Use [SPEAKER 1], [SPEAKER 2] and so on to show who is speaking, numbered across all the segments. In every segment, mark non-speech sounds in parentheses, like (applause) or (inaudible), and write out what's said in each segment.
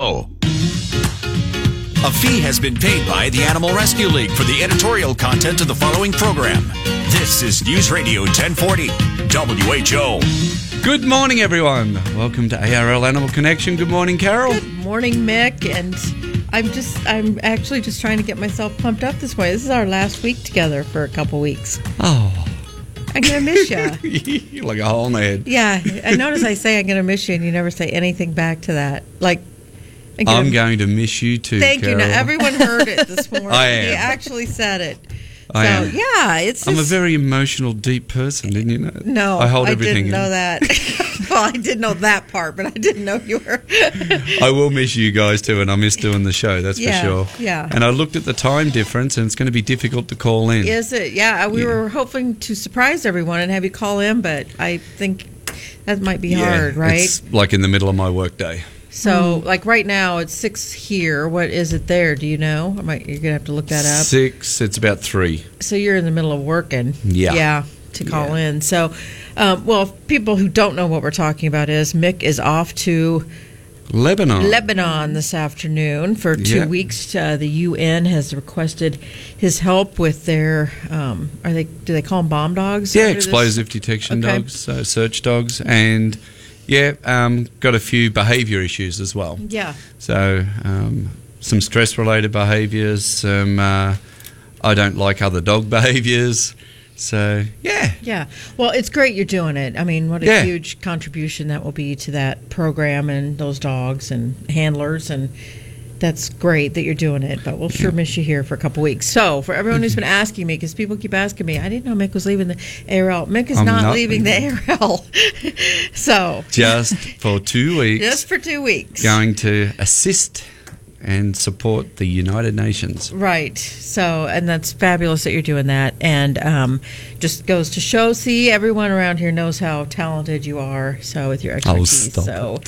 [SPEAKER 1] Oh. A fee has been paid by the Animal Rescue League for the editorial content of the following program. This is News Radio 1040, WHO.
[SPEAKER 2] Good morning, everyone. Welcome to ARL Animal Connection. Good morning, Carol.
[SPEAKER 3] Good morning, Mick. And I'm just, I'm actually just trying to get myself pumped up this way. This is our last week together for a couple weeks.
[SPEAKER 2] Oh, (laughs)
[SPEAKER 3] I'm going to miss you.
[SPEAKER 2] you're like a hole in the head.
[SPEAKER 3] Yeah. I notice I say I'm going to miss you, and you never say anything back to that. Like, I'm gonna-
[SPEAKER 2] I'm going to miss you too.
[SPEAKER 3] Thank you.
[SPEAKER 2] Carol.
[SPEAKER 3] Now, everyone heard it
[SPEAKER 2] (laughs)
[SPEAKER 3] this morning.
[SPEAKER 2] I am.
[SPEAKER 3] He actually said it.
[SPEAKER 2] I
[SPEAKER 3] so,
[SPEAKER 2] am.
[SPEAKER 3] yeah, it's just.
[SPEAKER 2] I'm a very emotional, deep person. Didn't you know?
[SPEAKER 3] no,
[SPEAKER 2] I hold
[SPEAKER 3] didn't
[SPEAKER 2] everything. in.
[SPEAKER 3] know that. (laughs) well, I did know that part, but I didn't know you were.
[SPEAKER 2] I will miss you guys too, and I miss doing the show. That's
[SPEAKER 3] Yeah,
[SPEAKER 2] for sure.
[SPEAKER 3] yeah.
[SPEAKER 2] And I looked at the time difference, and it's going to be difficult to call in.
[SPEAKER 3] Is it? Yeah, uh, we
[SPEAKER 2] Yeah.
[SPEAKER 3] were hoping to surprise everyone and have you call in, but I think that might be
[SPEAKER 2] Yeah,
[SPEAKER 3] hard, right?
[SPEAKER 2] It's Hmm. like in the middle of my workday.
[SPEAKER 3] so, like right now, it's six here. What is it there? Do you know? I might, you're gonna have to look that up.
[SPEAKER 2] Six. It's about three.
[SPEAKER 3] So you're in the middle of working.
[SPEAKER 2] Yeah.
[SPEAKER 3] Yeah. To call in. So, um, well, if people who don't know what we're talking about is Mick is off to
[SPEAKER 2] Lebanon.
[SPEAKER 3] Lebanon this afternoon for two
[SPEAKER 2] Yeah.
[SPEAKER 3] weeks. Uh, the UN has requested his help with their um, are they do they call them bomb dogs?
[SPEAKER 2] Yeah,
[SPEAKER 3] under this?
[SPEAKER 2] explosive detection
[SPEAKER 3] Okay.
[SPEAKER 2] dogs, so search dogs, and yeah, um, got a few behaviour issues as well.
[SPEAKER 3] Yeah.
[SPEAKER 2] So um, some stress related behaviours, some uh, I don't like other dog (laughs) behaviours. So yeah,
[SPEAKER 3] Yeah. Well, it's great you're doing it. I mean, what a
[SPEAKER 2] Yeah.
[SPEAKER 3] huge contribution that will be to that program and those dogs and handlers and that's great that you're doing it, but we'll sure miss you here for a couple weeks. So, for everyone
[SPEAKER 2] (laughs)
[SPEAKER 3] who's been asking me, because people keep asking me, I didn't know Mick was leaving the ARL. Mick is
[SPEAKER 2] I'm
[SPEAKER 3] not,
[SPEAKER 2] not
[SPEAKER 3] leaving the ARL. (laughs) so, (laughs)
[SPEAKER 2] just for two weeks,
[SPEAKER 3] just for two weeks.
[SPEAKER 2] going to assist and support the United Nations.
[SPEAKER 3] Right. So, and that's fabulous that you're doing that. And um, just goes to show, see, everyone around here knows how talented you are. So, with your expertise.
[SPEAKER 2] stop
[SPEAKER 3] so,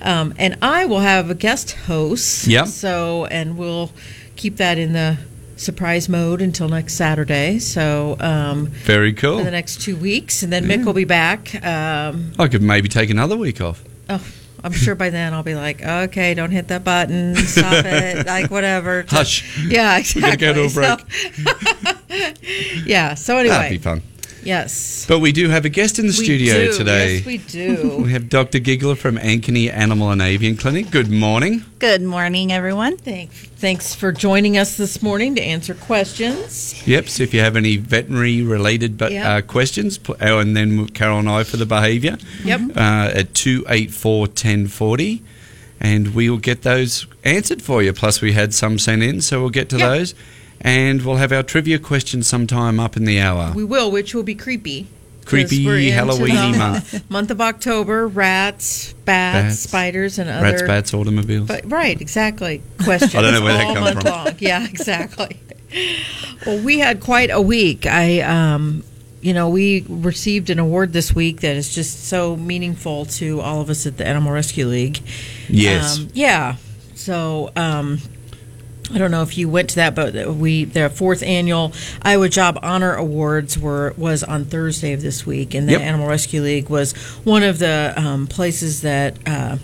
[SPEAKER 3] um, and I will have a guest host.
[SPEAKER 2] Yep.
[SPEAKER 3] So, and we'll keep that in the surprise mode until next Saturday. So, um,
[SPEAKER 2] Very cool.
[SPEAKER 3] for the next two weeks. And then Mick will be back. Um,
[SPEAKER 2] I could maybe take another week off.
[SPEAKER 3] oh, I'm sure by then I'll be like, okay, don't hit that button. Stop
[SPEAKER 2] (laughs)
[SPEAKER 3] it. Like, whatever.
[SPEAKER 2] Hush.
[SPEAKER 3] Yeah,
[SPEAKER 2] We're
[SPEAKER 3] exactly.
[SPEAKER 2] gonna go to a break.
[SPEAKER 3] So- (laughs) yeah. So anyway,
[SPEAKER 2] That'd be fun.
[SPEAKER 3] yes,
[SPEAKER 2] But we do have a guest in the
[SPEAKER 3] we
[SPEAKER 2] studio
[SPEAKER 3] do.
[SPEAKER 2] today.
[SPEAKER 3] Yes, we do.
[SPEAKER 2] We have Dr. Giggler from Ankeny Animal and Avian Clinic. Good morning.
[SPEAKER 4] (laughs) Good morning, everyone.
[SPEAKER 3] Thanks, thanks for joining us this morning to answer questions.
[SPEAKER 2] Yep, so if you have any veterinary related but,
[SPEAKER 3] Yep.
[SPEAKER 2] uh, questions, pl- oh, and then Carol and I for the behaviour
[SPEAKER 4] Mm-hmm.
[SPEAKER 3] Yep.
[SPEAKER 2] uh, at 284 1040. And we will get those answered for you. Plus, we had some sent in, so we'll get to
[SPEAKER 3] Yep.
[SPEAKER 2] those. And we'll have our trivia question sometime up in the hour.
[SPEAKER 3] We will, which will be creepy. 'cause
[SPEAKER 2] Creepy
[SPEAKER 3] we're into
[SPEAKER 2] Halloweeny
[SPEAKER 3] the
[SPEAKER 2] month.
[SPEAKER 3] Month of October, rats, bats,
[SPEAKER 2] Bats.
[SPEAKER 3] spiders, and other.
[SPEAKER 2] Rats, bats, automobiles.
[SPEAKER 3] But right, exactly. Questions.
[SPEAKER 2] (laughs) I don't know where that
[SPEAKER 3] all
[SPEAKER 2] come
[SPEAKER 3] month
[SPEAKER 2] from.
[SPEAKER 3] Long. Yeah, (laughs) exactly. well, we had quite a week. I, um, you know, we received an award this week that is just so meaningful to all of us at the Animal Rescue League.
[SPEAKER 2] yes.
[SPEAKER 3] Um, yeah. So. Um, I don't know if you went to that, but we their fourth annual Iowa Job Honor Awards were was on Thursday of this week, and the
[SPEAKER 2] Yep.
[SPEAKER 3] Animal Rescue League was one of the um, places that uh,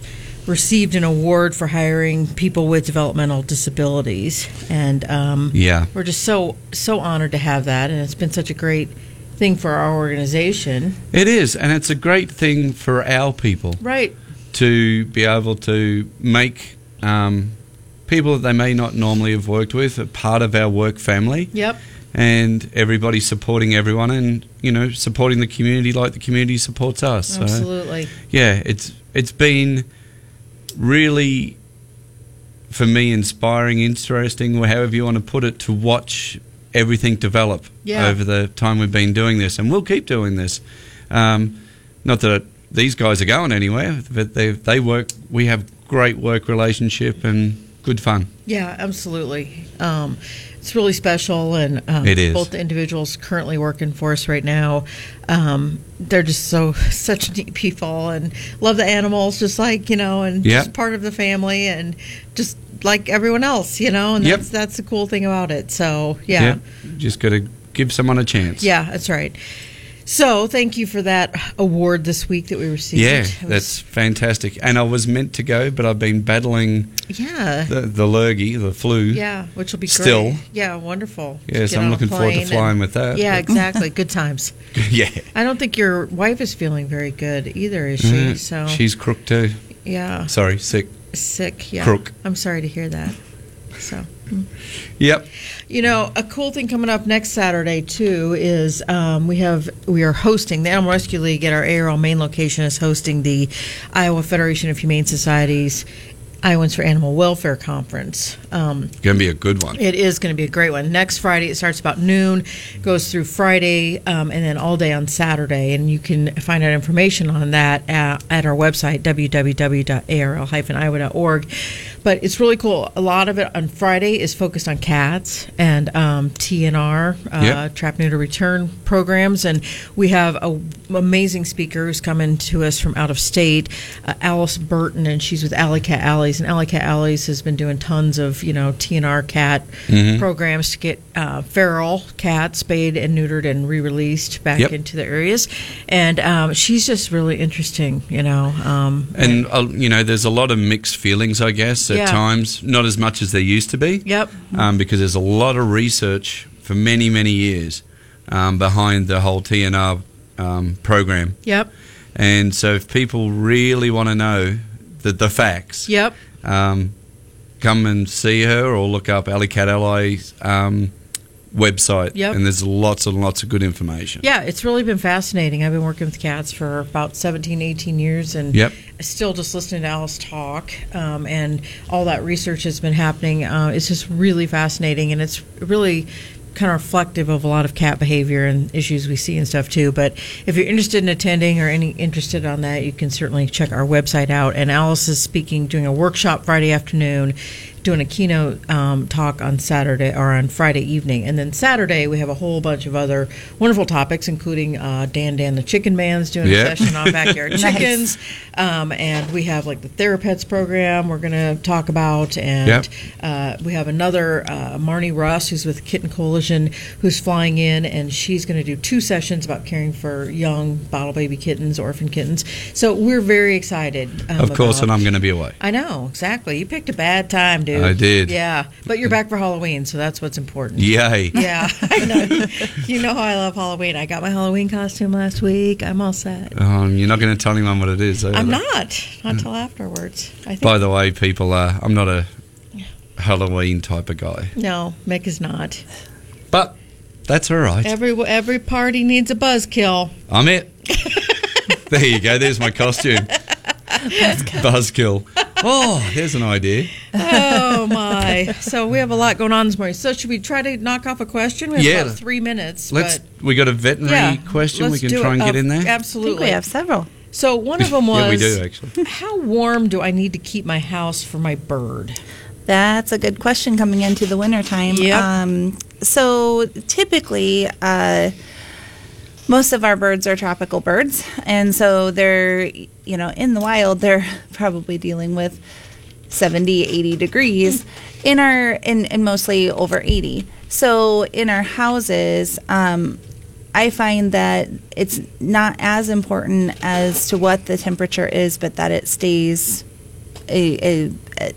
[SPEAKER 3] received an award for hiring people with developmental disabilities, and um,
[SPEAKER 2] yeah.
[SPEAKER 3] we're just so so honored to have that, and it's been such a great thing for our organization,
[SPEAKER 2] It is. And it's a great thing for our people.
[SPEAKER 3] right?
[SPEAKER 2] to be able to make um, people that they may not normally have worked with a part of our work family
[SPEAKER 3] Yep.
[SPEAKER 2] and everybody supporting everyone and you know supporting the community like the community supports us So,
[SPEAKER 3] Absolutely.
[SPEAKER 2] yeah it's it's been really for me inspiring interesting or however you want to put it to watch everything develop
[SPEAKER 3] Yeah.
[SPEAKER 2] over the time we've been doing this and we'll keep doing this um, not that these guys are going anywhere but they they work we have great work relationship and good fun
[SPEAKER 3] Yeah, absolutely. Um, it's really special, and um,
[SPEAKER 2] It is.
[SPEAKER 3] both the individuals currently working for us right now. Um, they're just so (laughs) such neat people, and love the animals, just like you know, and
[SPEAKER 2] Yeah.
[SPEAKER 3] just part of the family, and just like everyone else, you know. And
[SPEAKER 2] Yep.
[SPEAKER 3] that's that's the cool thing about it. So yeah,
[SPEAKER 2] just got to give someone a chance
[SPEAKER 3] yeah, that's right. So thank you for that award this week that we received.
[SPEAKER 2] Yeah,
[SPEAKER 3] It was-
[SPEAKER 2] that's fantastic. And I was meant to go, but I've been battling
[SPEAKER 3] yeah,
[SPEAKER 2] the, the lurgy, the flu.
[SPEAKER 3] yeah, which will be
[SPEAKER 2] Still.
[SPEAKER 3] great. yeah, wonderful.
[SPEAKER 2] Yes,
[SPEAKER 3] Get
[SPEAKER 2] I'm
[SPEAKER 3] on a
[SPEAKER 2] looking forward to
[SPEAKER 3] plane
[SPEAKER 2] flying with that,
[SPEAKER 3] Yeah, (laughs)
[SPEAKER 2] but- (laughs)
[SPEAKER 3] exactly. Good times.
[SPEAKER 2] yeah.
[SPEAKER 3] I don't think your wife is feeling very good either, is she?
[SPEAKER 2] Uh,
[SPEAKER 3] so
[SPEAKER 2] She's crook too.
[SPEAKER 3] yeah,
[SPEAKER 2] Sorry, sick.
[SPEAKER 3] sick. Yeah,
[SPEAKER 2] crook.
[SPEAKER 3] I'm sorry to hear that. So. mm.
[SPEAKER 2] Yep.
[SPEAKER 3] You know, a cool thing coming up next Saturday too is um, we have we are hosting the Animal Rescue League at our ARL main location is hosting the Iowa Federation of Humane Societies Iowans for Animal Welfare Conference. Um,
[SPEAKER 2] Going to be a good one.
[SPEAKER 3] it is going to be a great one. Next Friday, it starts about noon, goes through Friday, um, and then all day on Saturday. And you can find out information on that at, at our website, www.arl-iowa.org. But it's really cool. A lot of it on Friday is focused on cats and um, TNR, uh,
[SPEAKER 2] Yep.
[SPEAKER 3] trap neuter return programs. And we have an amazing speaker who's coming to us from out of state, uh, Alice Burton, and she's with Alley Cat Alleys. And Alley Cat Alleys has been doing tons of, you know, TNR cat
[SPEAKER 2] Mm-hmm.
[SPEAKER 3] programs to get uh, feral cats spayed and neutered and re released back
[SPEAKER 2] Yep.
[SPEAKER 3] into the areas. And um, she's just really interesting, you know. Um,
[SPEAKER 2] And, uh, you know, there's a lot of mixed feelings, I guess, at
[SPEAKER 3] Yeah.
[SPEAKER 2] times. Not as much as there used to be.
[SPEAKER 3] Yep.
[SPEAKER 2] Um, because there's a lot of research for many, many years um, behind the whole TNR um, program.
[SPEAKER 3] Yep.
[SPEAKER 2] And so if people really want to know the, the facts,
[SPEAKER 3] Yep.
[SPEAKER 2] um, come and see her or look up Alley Cat Ally's um, website.
[SPEAKER 3] Yep.
[SPEAKER 2] And there's lots and lots of good information.
[SPEAKER 3] Yeah, it's really been fascinating. I've been working with cats for about 17, 18 years and
[SPEAKER 2] Yep.
[SPEAKER 3] still just listening to Alice talk um, and all that research that's been happening. Uh, it's just really fascinating and it's really kind of reflective of a lot of cat behavior and issues we see and stuff too. But if you're interested in attending or any interested on that, you can certainly check our website out. And Alice is speaking, doing a workshop Friday afternoon doing a keynote um, talk on Saturday or on Friday evening, and then Saturday we have a whole bunch of other wonderful topics, including uh, Dan Dan the Chicken Man's doing
[SPEAKER 2] Yeah.
[SPEAKER 3] a session on backyard
[SPEAKER 4] Nice.
[SPEAKER 3] chickens, um, and we have like the Therapets program we're going to talk about, and
[SPEAKER 2] Yep.
[SPEAKER 3] uh, we have another uh, Marnie Russ who's with Kitten Coalition who's flying in, and she's going to do two sessions about caring for young bottle baby kittens, orphan kittens. So we're very excited. um,
[SPEAKER 2] Of course,
[SPEAKER 3] about-
[SPEAKER 2] and I'm going to be away.
[SPEAKER 3] I know, exactly. You picked a bad time, dude.
[SPEAKER 2] I did.
[SPEAKER 3] Yeah, but you're back for Halloween, so that's what's important.
[SPEAKER 2] Yay.
[SPEAKER 3] Yeah, (laughs) I know. you know how I love Halloween. I got my Halloween costume last week. I'm all set.
[SPEAKER 2] Um, you're not going to tell anyone what it is. are
[SPEAKER 3] I'm
[SPEAKER 2] you?
[SPEAKER 3] not
[SPEAKER 2] Mm.
[SPEAKER 3] until afterwards. I think
[SPEAKER 2] By the way, people, uh, I'm not a Halloween type of guy,
[SPEAKER 3] no, Mick is not.
[SPEAKER 2] but that's all right.
[SPEAKER 3] Every every party needs a
[SPEAKER 2] (laughs)
[SPEAKER 3] buzzkill.
[SPEAKER 2] I'm it. there you go. There's my costume. Buzzkill. Oh, there's an idea.
[SPEAKER 3] Oh my! So we have a lot going on this morning. So should we try to knock off a question? We have
[SPEAKER 2] Yeah.
[SPEAKER 3] about three minutes.
[SPEAKER 2] Let's.
[SPEAKER 3] but
[SPEAKER 2] We got a veterinary
[SPEAKER 3] yeah,
[SPEAKER 2] question. We
[SPEAKER 3] let's
[SPEAKER 2] can
[SPEAKER 3] do
[SPEAKER 2] try
[SPEAKER 3] it.
[SPEAKER 2] and get
[SPEAKER 3] Oh,
[SPEAKER 2] in there.
[SPEAKER 4] I think
[SPEAKER 3] Absolutely.
[SPEAKER 4] we have several.
[SPEAKER 3] So one of them was
[SPEAKER 2] (laughs) yeah, we do actually.
[SPEAKER 3] How warm do I need to keep my house for my bird?
[SPEAKER 4] That's
[SPEAKER 2] (laughs)
[SPEAKER 4] a good question coming into the wintertime.
[SPEAKER 3] Yep.
[SPEAKER 4] Um, so typically, uh, most of our birds are tropical birds. And so they're, you know, in the wild, they're (laughs) probably dealing with 70, 80 degrees in our, and, and mostly over 80. So in our houses, um, I find that it's not as important as to what the temperature is, but that it stays a, a, a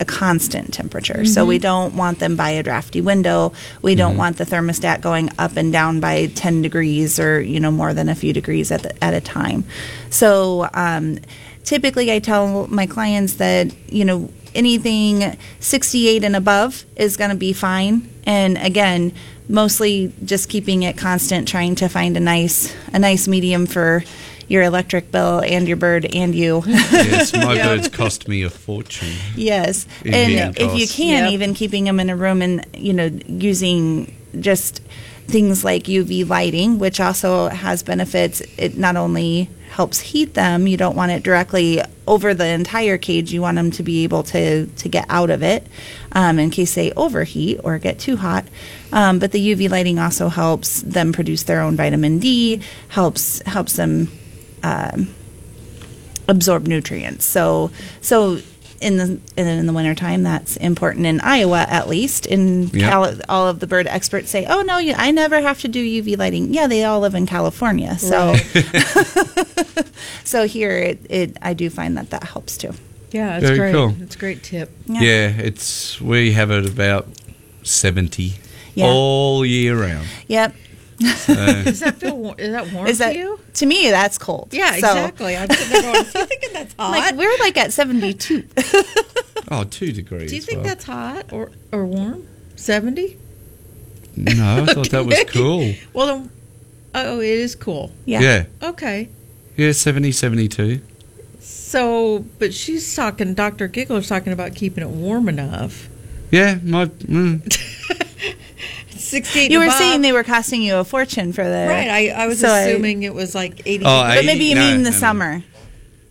[SPEAKER 4] a constant temperature. So we don't want them by a drafty window. We
[SPEAKER 2] Mm-hmm.
[SPEAKER 4] don't want the thermostat going up and down by 10 degrees or, you know, more than a few degrees at, the, at a time. So um, typically I tell my clients that, you know, anything 68 and above is going to be fine. And again, mostly just keeping it constant, trying to find a nice, a nice medium for your electric bill and your bird and you.
[SPEAKER 3] (laughs)
[SPEAKER 2] yes, (laughs) my birds cost me a fortune.
[SPEAKER 4] Yes,
[SPEAKER 2] In
[SPEAKER 4] and
[SPEAKER 2] being
[SPEAKER 4] if you
[SPEAKER 2] tossed.
[SPEAKER 4] can,
[SPEAKER 3] Yep.
[SPEAKER 4] even keeping them in a room and you know using just things like UV lighting, which also has benefits. It not only helps heat them; you don't want it directly over the entire cage. You want them to be able to to get out of it um, in case they overheat or get too hot. Um, but the UV lighting also helps them produce their own vitamin D. helps um, helps them absorb nutrients. So so in the and in the wintertime, that's important in Iowa at least. In
[SPEAKER 2] Yeah.
[SPEAKER 4] Cali- all of the bird experts say, "Oh no, you, I never have to do UV lighting." Yeah, they all live in California, so so here it, it I do find that that helps too.
[SPEAKER 3] Yeah, it's
[SPEAKER 2] Very
[SPEAKER 3] great.
[SPEAKER 2] cool.
[SPEAKER 3] It's a great tip.
[SPEAKER 2] Yeah. it's we have it about seventy
[SPEAKER 4] Yeah.
[SPEAKER 2] all year round.
[SPEAKER 4] Yep.
[SPEAKER 3] Does that
[SPEAKER 4] (laughs)
[SPEAKER 3] feel war- is that warm
[SPEAKER 4] Is that
[SPEAKER 3] to you?
[SPEAKER 4] to me? That's cold.
[SPEAKER 3] Yeah,
[SPEAKER 4] So,
[SPEAKER 3] exactly. I'm sitting there going, "Is
[SPEAKER 2] (laughs)
[SPEAKER 3] he thinking that's hot?
[SPEAKER 4] Like we're like at seventy two.
[SPEAKER 2] Oh, two degrees.
[SPEAKER 3] Do you think
[SPEAKER 2] well.
[SPEAKER 3] that's hot or, or warm? 70?
[SPEAKER 2] No,
[SPEAKER 3] (laughs)
[SPEAKER 2] I thought that was
[SPEAKER 3] Okay.
[SPEAKER 2] cool.
[SPEAKER 3] Well, then, oh, it is cool.
[SPEAKER 4] Yeah.
[SPEAKER 2] yeah.
[SPEAKER 3] Okay.
[SPEAKER 2] Yeah, 70, 72.
[SPEAKER 3] So, but she's talking, Dr. Giggler's talking about keeping it warm enough.
[SPEAKER 2] Yeah,
[SPEAKER 3] (laughs)
[SPEAKER 2] my mm,
[SPEAKER 3] 68
[SPEAKER 4] You were
[SPEAKER 3] and above.
[SPEAKER 4] saying they were costing you a fortune for the
[SPEAKER 3] Right. I, I was
[SPEAKER 4] So I-
[SPEAKER 3] assuming it was like 80.
[SPEAKER 2] Oh, I-
[SPEAKER 4] but maybe you
[SPEAKER 2] No,
[SPEAKER 4] mean
[SPEAKER 2] no,
[SPEAKER 4] the
[SPEAKER 2] no.
[SPEAKER 4] summer.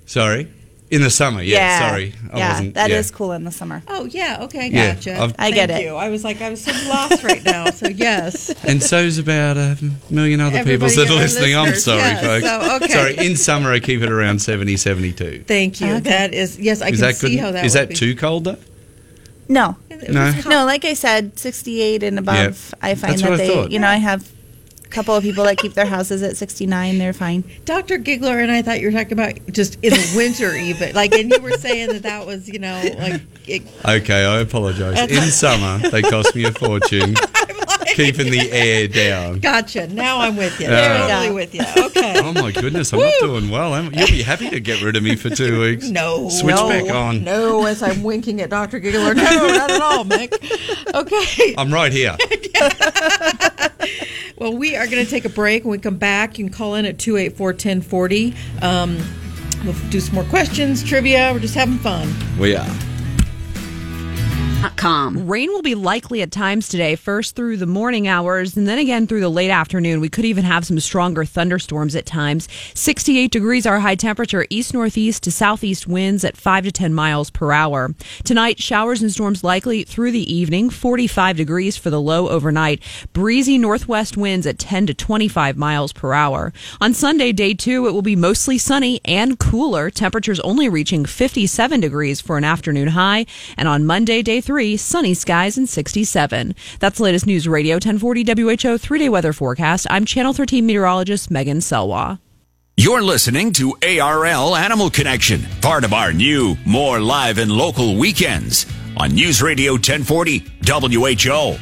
[SPEAKER 2] sorry. In the summer, yeah, sorry. I
[SPEAKER 4] yeah,
[SPEAKER 2] wasn't
[SPEAKER 4] that
[SPEAKER 2] yeah.
[SPEAKER 4] is cool in the summer.
[SPEAKER 3] Oh, yeah. Okay.
[SPEAKER 2] Yeah,
[SPEAKER 3] Gotcha.
[SPEAKER 2] I've-
[SPEAKER 4] I get
[SPEAKER 3] Thank
[SPEAKER 4] it.
[SPEAKER 3] You. I was like, I was so lost right now.
[SPEAKER 4] (laughs)
[SPEAKER 3] So, yes.
[SPEAKER 2] And so's about a million other people
[SPEAKER 3] Everybody
[SPEAKER 2] that are
[SPEAKER 3] other
[SPEAKER 2] listening. I'm
[SPEAKER 3] listeners,
[SPEAKER 2] sorry,
[SPEAKER 3] yes,
[SPEAKER 2] folks.
[SPEAKER 3] so, okay.
[SPEAKER 2] Sorry, in summer I keep it around 70, 72.
[SPEAKER 3] Thank you.
[SPEAKER 4] Okay.
[SPEAKER 3] That is, yes, I
[SPEAKER 2] Is
[SPEAKER 3] can
[SPEAKER 2] that good?
[SPEAKER 3] see how that
[SPEAKER 2] Is
[SPEAKER 3] would
[SPEAKER 2] that
[SPEAKER 3] be.
[SPEAKER 2] too cold though?
[SPEAKER 4] No,
[SPEAKER 3] It was
[SPEAKER 2] No.
[SPEAKER 3] hot.
[SPEAKER 4] no, like I said, sixty-eight and above. I find
[SPEAKER 2] That's
[SPEAKER 4] that
[SPEAKER 2] what I
[SPEAKER 4] they,
[SPEAKER 2] thought.
[SPEAKER 4] you know, I have a couple of people that keep their houses at sixty-nine. They're fine.
[SPEAKER 3] Dr. Giggler and I thought you were talking about just in the winter, even. Like, and you were saying that that was, you know, like, it,
[SPEAKER 2] Okay, I apologise.
[SPEAKER 3] (laughs)
[SPEAKER 2] In summer they cost me a fortune keeping the air down.
[SPEAKER 3] gotcha. Now I'm with you.
[SPEAKER 2] There we
[SPEAKER 3] totally
[SPEAKER 4] go.
[SPEAKER 3] with you. Okay.
[SPEAKER 2] Oh my goodness, I'm not doing well. am I? You'll be happy to get rid of me
[SPEAKER 3] (laughs)
[SPEAKER 2] for two weeks.
[SPEAKER 3] No.
[SPEAKER 2] Switch
[SPEAKER 3] no,
[SPEAKER 2] back on.
[SPEAKER 3] No, as I'm winking at Dr. Giggler. No, not at all, Mick.
[SPEAKER 4] (laughs)
[SPEAKER 3] Okay.
[SPEAKER 2] I'm
[SPEAKER 3] (laughs)
[SPEAKER 2] right here.
[SPEAKER 3] Well, we are going to take a break. When we come back, you can call in at 284 1040. Um, we'll do some more questions, trivia. We're just having fun.
[SPEAKER 2] We are.
[SPEAKER 5] com.
[SPEAKER 6] Rain will be likely at times today, first through the morning hours and then again through the late afternoon. We could even have some stronger thunderstorms at times. 68 degrees our high temperature, east northeast to southeast winds at 5 to 10 miles per hour. Tonight, showers and storms likely through the evening, 45 degrees for the low overnight, breezy northwest winds at 10 to 25 miles per hour. On Sunday, day two, it will be mostly sunny and cooler, temperatures only reaching 57 degrees for an afternoon high. And on Monday, day three, sunny skies and 67. That's the latest News Radio 1040 WHO three day weather forecast. I'm Channel 13 meteorologist Megan Selwa.
[SPEAKER 1] You're listening to ARL Animal Connection, part of our new, more live and local weekends on News Radio 1040 WHO.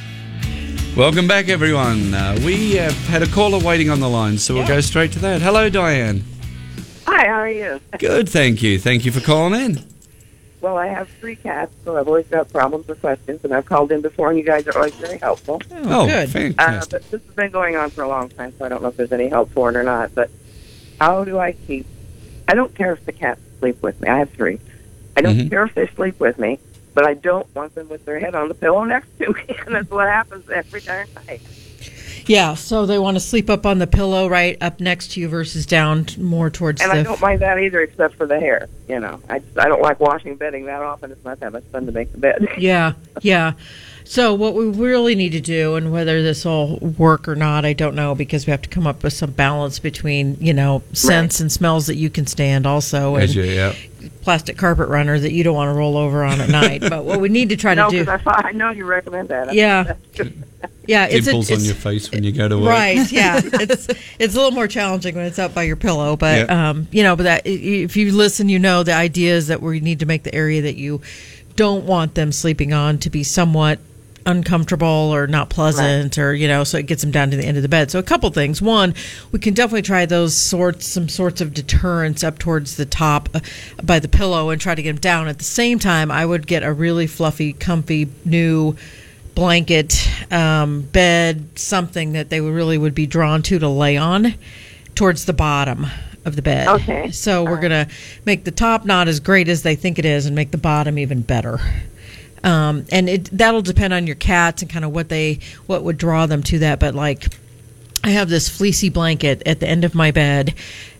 [SPEAKER 2] Welcome back, everyone. Uh, we have had a caller waiting on the line, so we'll go straight to that. Hello, Diane.
[SPEAKER 7] Hi, how are you?
[SPEAKER 2] Good, thank you. Thank you for calling in.
[SPEAKER 7] Well, I have three cats, so I've always got problems with questions, and I've called in before, and you guys are always very helpful.
[SPEAKER 2] Oh,
[SPEAKER 7] Uh,
[SPEAKER 3] good.
[SPEAKER 2] fantastic.
[SPEAKER 7] but this has been going on for a long time, so I don't know if there's any help for it or not. But how do I keep? I don't care if the cats sleep with me. I have three. I don't
[SPEAKER 2] Mhm.
[SPEAKER 7] care if they sleep with me, but I don't want them with their head on the pillow next to me, (laughs) and that's what happens every darn night.
[SPEAKER 3] Yeah, so they want to sleep up on the pillow, right up next to you versus down t- more towards
[SPEAKER 7] And
[SPEAKER 3] the.
[SPEAKER 7] I don't mind that either, except for the hair. You know, I just, I don't like washing bedding that often. It's not that much fun to make the bed.
[SPEAKER 3] Yeah, yeah. So what we really need to do, and whether this will work or not, I don't know, because we have to come up with some balance between you know scents and smells that you can stand, also, and
[SPEAKER 2] As you- yeah.
[SPEAKER 3] plastic carpet runner that you don't want to roll over on
[SPEAKER 7] (laughs)
[SPEAKER 3] at night. but what we need to try
[SPEAKER 7] No,
[SPEAKER 3] to do,
[SPEAKER 7] because I, fi- I know you recommend that.
[SPEAKER 3] Yeah. yeah, it's a-
[SPEAKER 2] Dimples on
[SPEAKER 3] it's-
[SPEAKER 2] your face when you go to work. (laughs)
[SPEAKER 3] Right. Yeah. it's it's a little more challenging when it's up by your pillow, but
[SPEAKER 2] Yeah.
[SPEAKER 3] um, you know, but that i- if you listen, you know, the idea is that we need to make the area that you don't want them sleeping on to be somewhat uncomfortable or not pleasant or you know so it gets them down to the end of the bed so a couple things one we can definitely try those sorts some sorts of deterrents up towards the top uh, by the pillow and try to get them down at the same time i would get a really fluffy comfy new blanket, um, bed, something that they really would be drawn to to lay on towards the bottom of the bed.
[SPEAKER 7] Okay.
[SPEAKER 3] So we're going to make the top not as great as they think it is and make the bottom even better. Um, and it, that'll depend on your cats and kind of what they what would draw them to that. But like I have this fleecy blanket at the end of my bed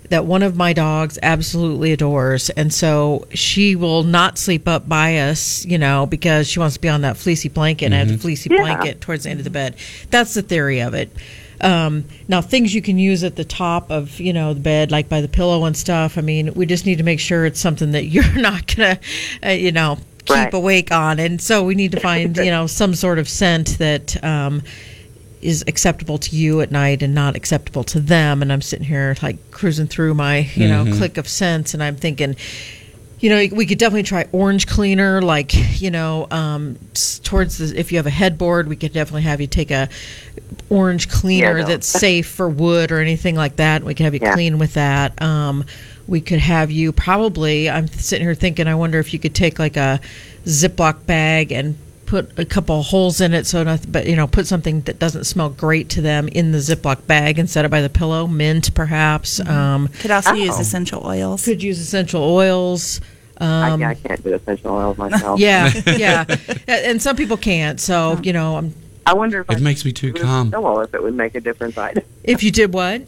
[SPEAKER 3] that one of my dogs absolutely adores. And so she will not sleep up by us, you know, because she wants to be on that fleecy blanket. And I have the fleecy blanket towards the end of the bed. That's the theory of it. Um, now, things you can use at the top of you know the bed, like by the pillow and stuff. I mean, we just need to make sure it's something that (laughs) you're not gonna, uh, you know, keep
[SPEAKER 7] Right.
[SPEAKER 3] awake on. And so we need to find you know some sort of scent that. Um, is acceptable to you at night and not acceptable to them and i'm sitting here like cruising through my you know click of scents and i'm thinking you know we could definitely try orange cleaner like you know um, s- towards the if you have a headboard we could definitely have you take a orange cleaner
[SPEAKER 7] no.
[SPEAKER 3] that's safe for wood or anything like that we could have you
[SPEAKER 7] Yeah.
[SPEAKER 3] clean with that um, we could have you probably i'm sitting here thinking i wonder if you could take like a ziploc bag and put a couple holes in it so nothing but you know put something that doesn't smell great to them in the ziploc bag and set it by the pillow mint perhaps um,
[SPEAKER 4] Mm-hmm. Could
[SPEAKER 7] Oh.
[SPEAKER 4] also use essential oils.
[SPEAKER 3] could use essential oils um,
[SPEAKER 7] I, yeah, I can't do essential oils
[SPEAKER 3] (laughs)
[SPEAKER 7] myself. (laughs)
[SPEAKER 3] Yeah, yeah. A- and some people can't. So, you know, um,
[SPEAKER 7] I wonder if I
[SPEAKER 2] It makes me too
[SPEAKER 7] remove the
[SPEAKER 2] calm.
[SPEAKER 7] Pillow, if it would make a difference, I'd
[SPEAKER 3] if you did what?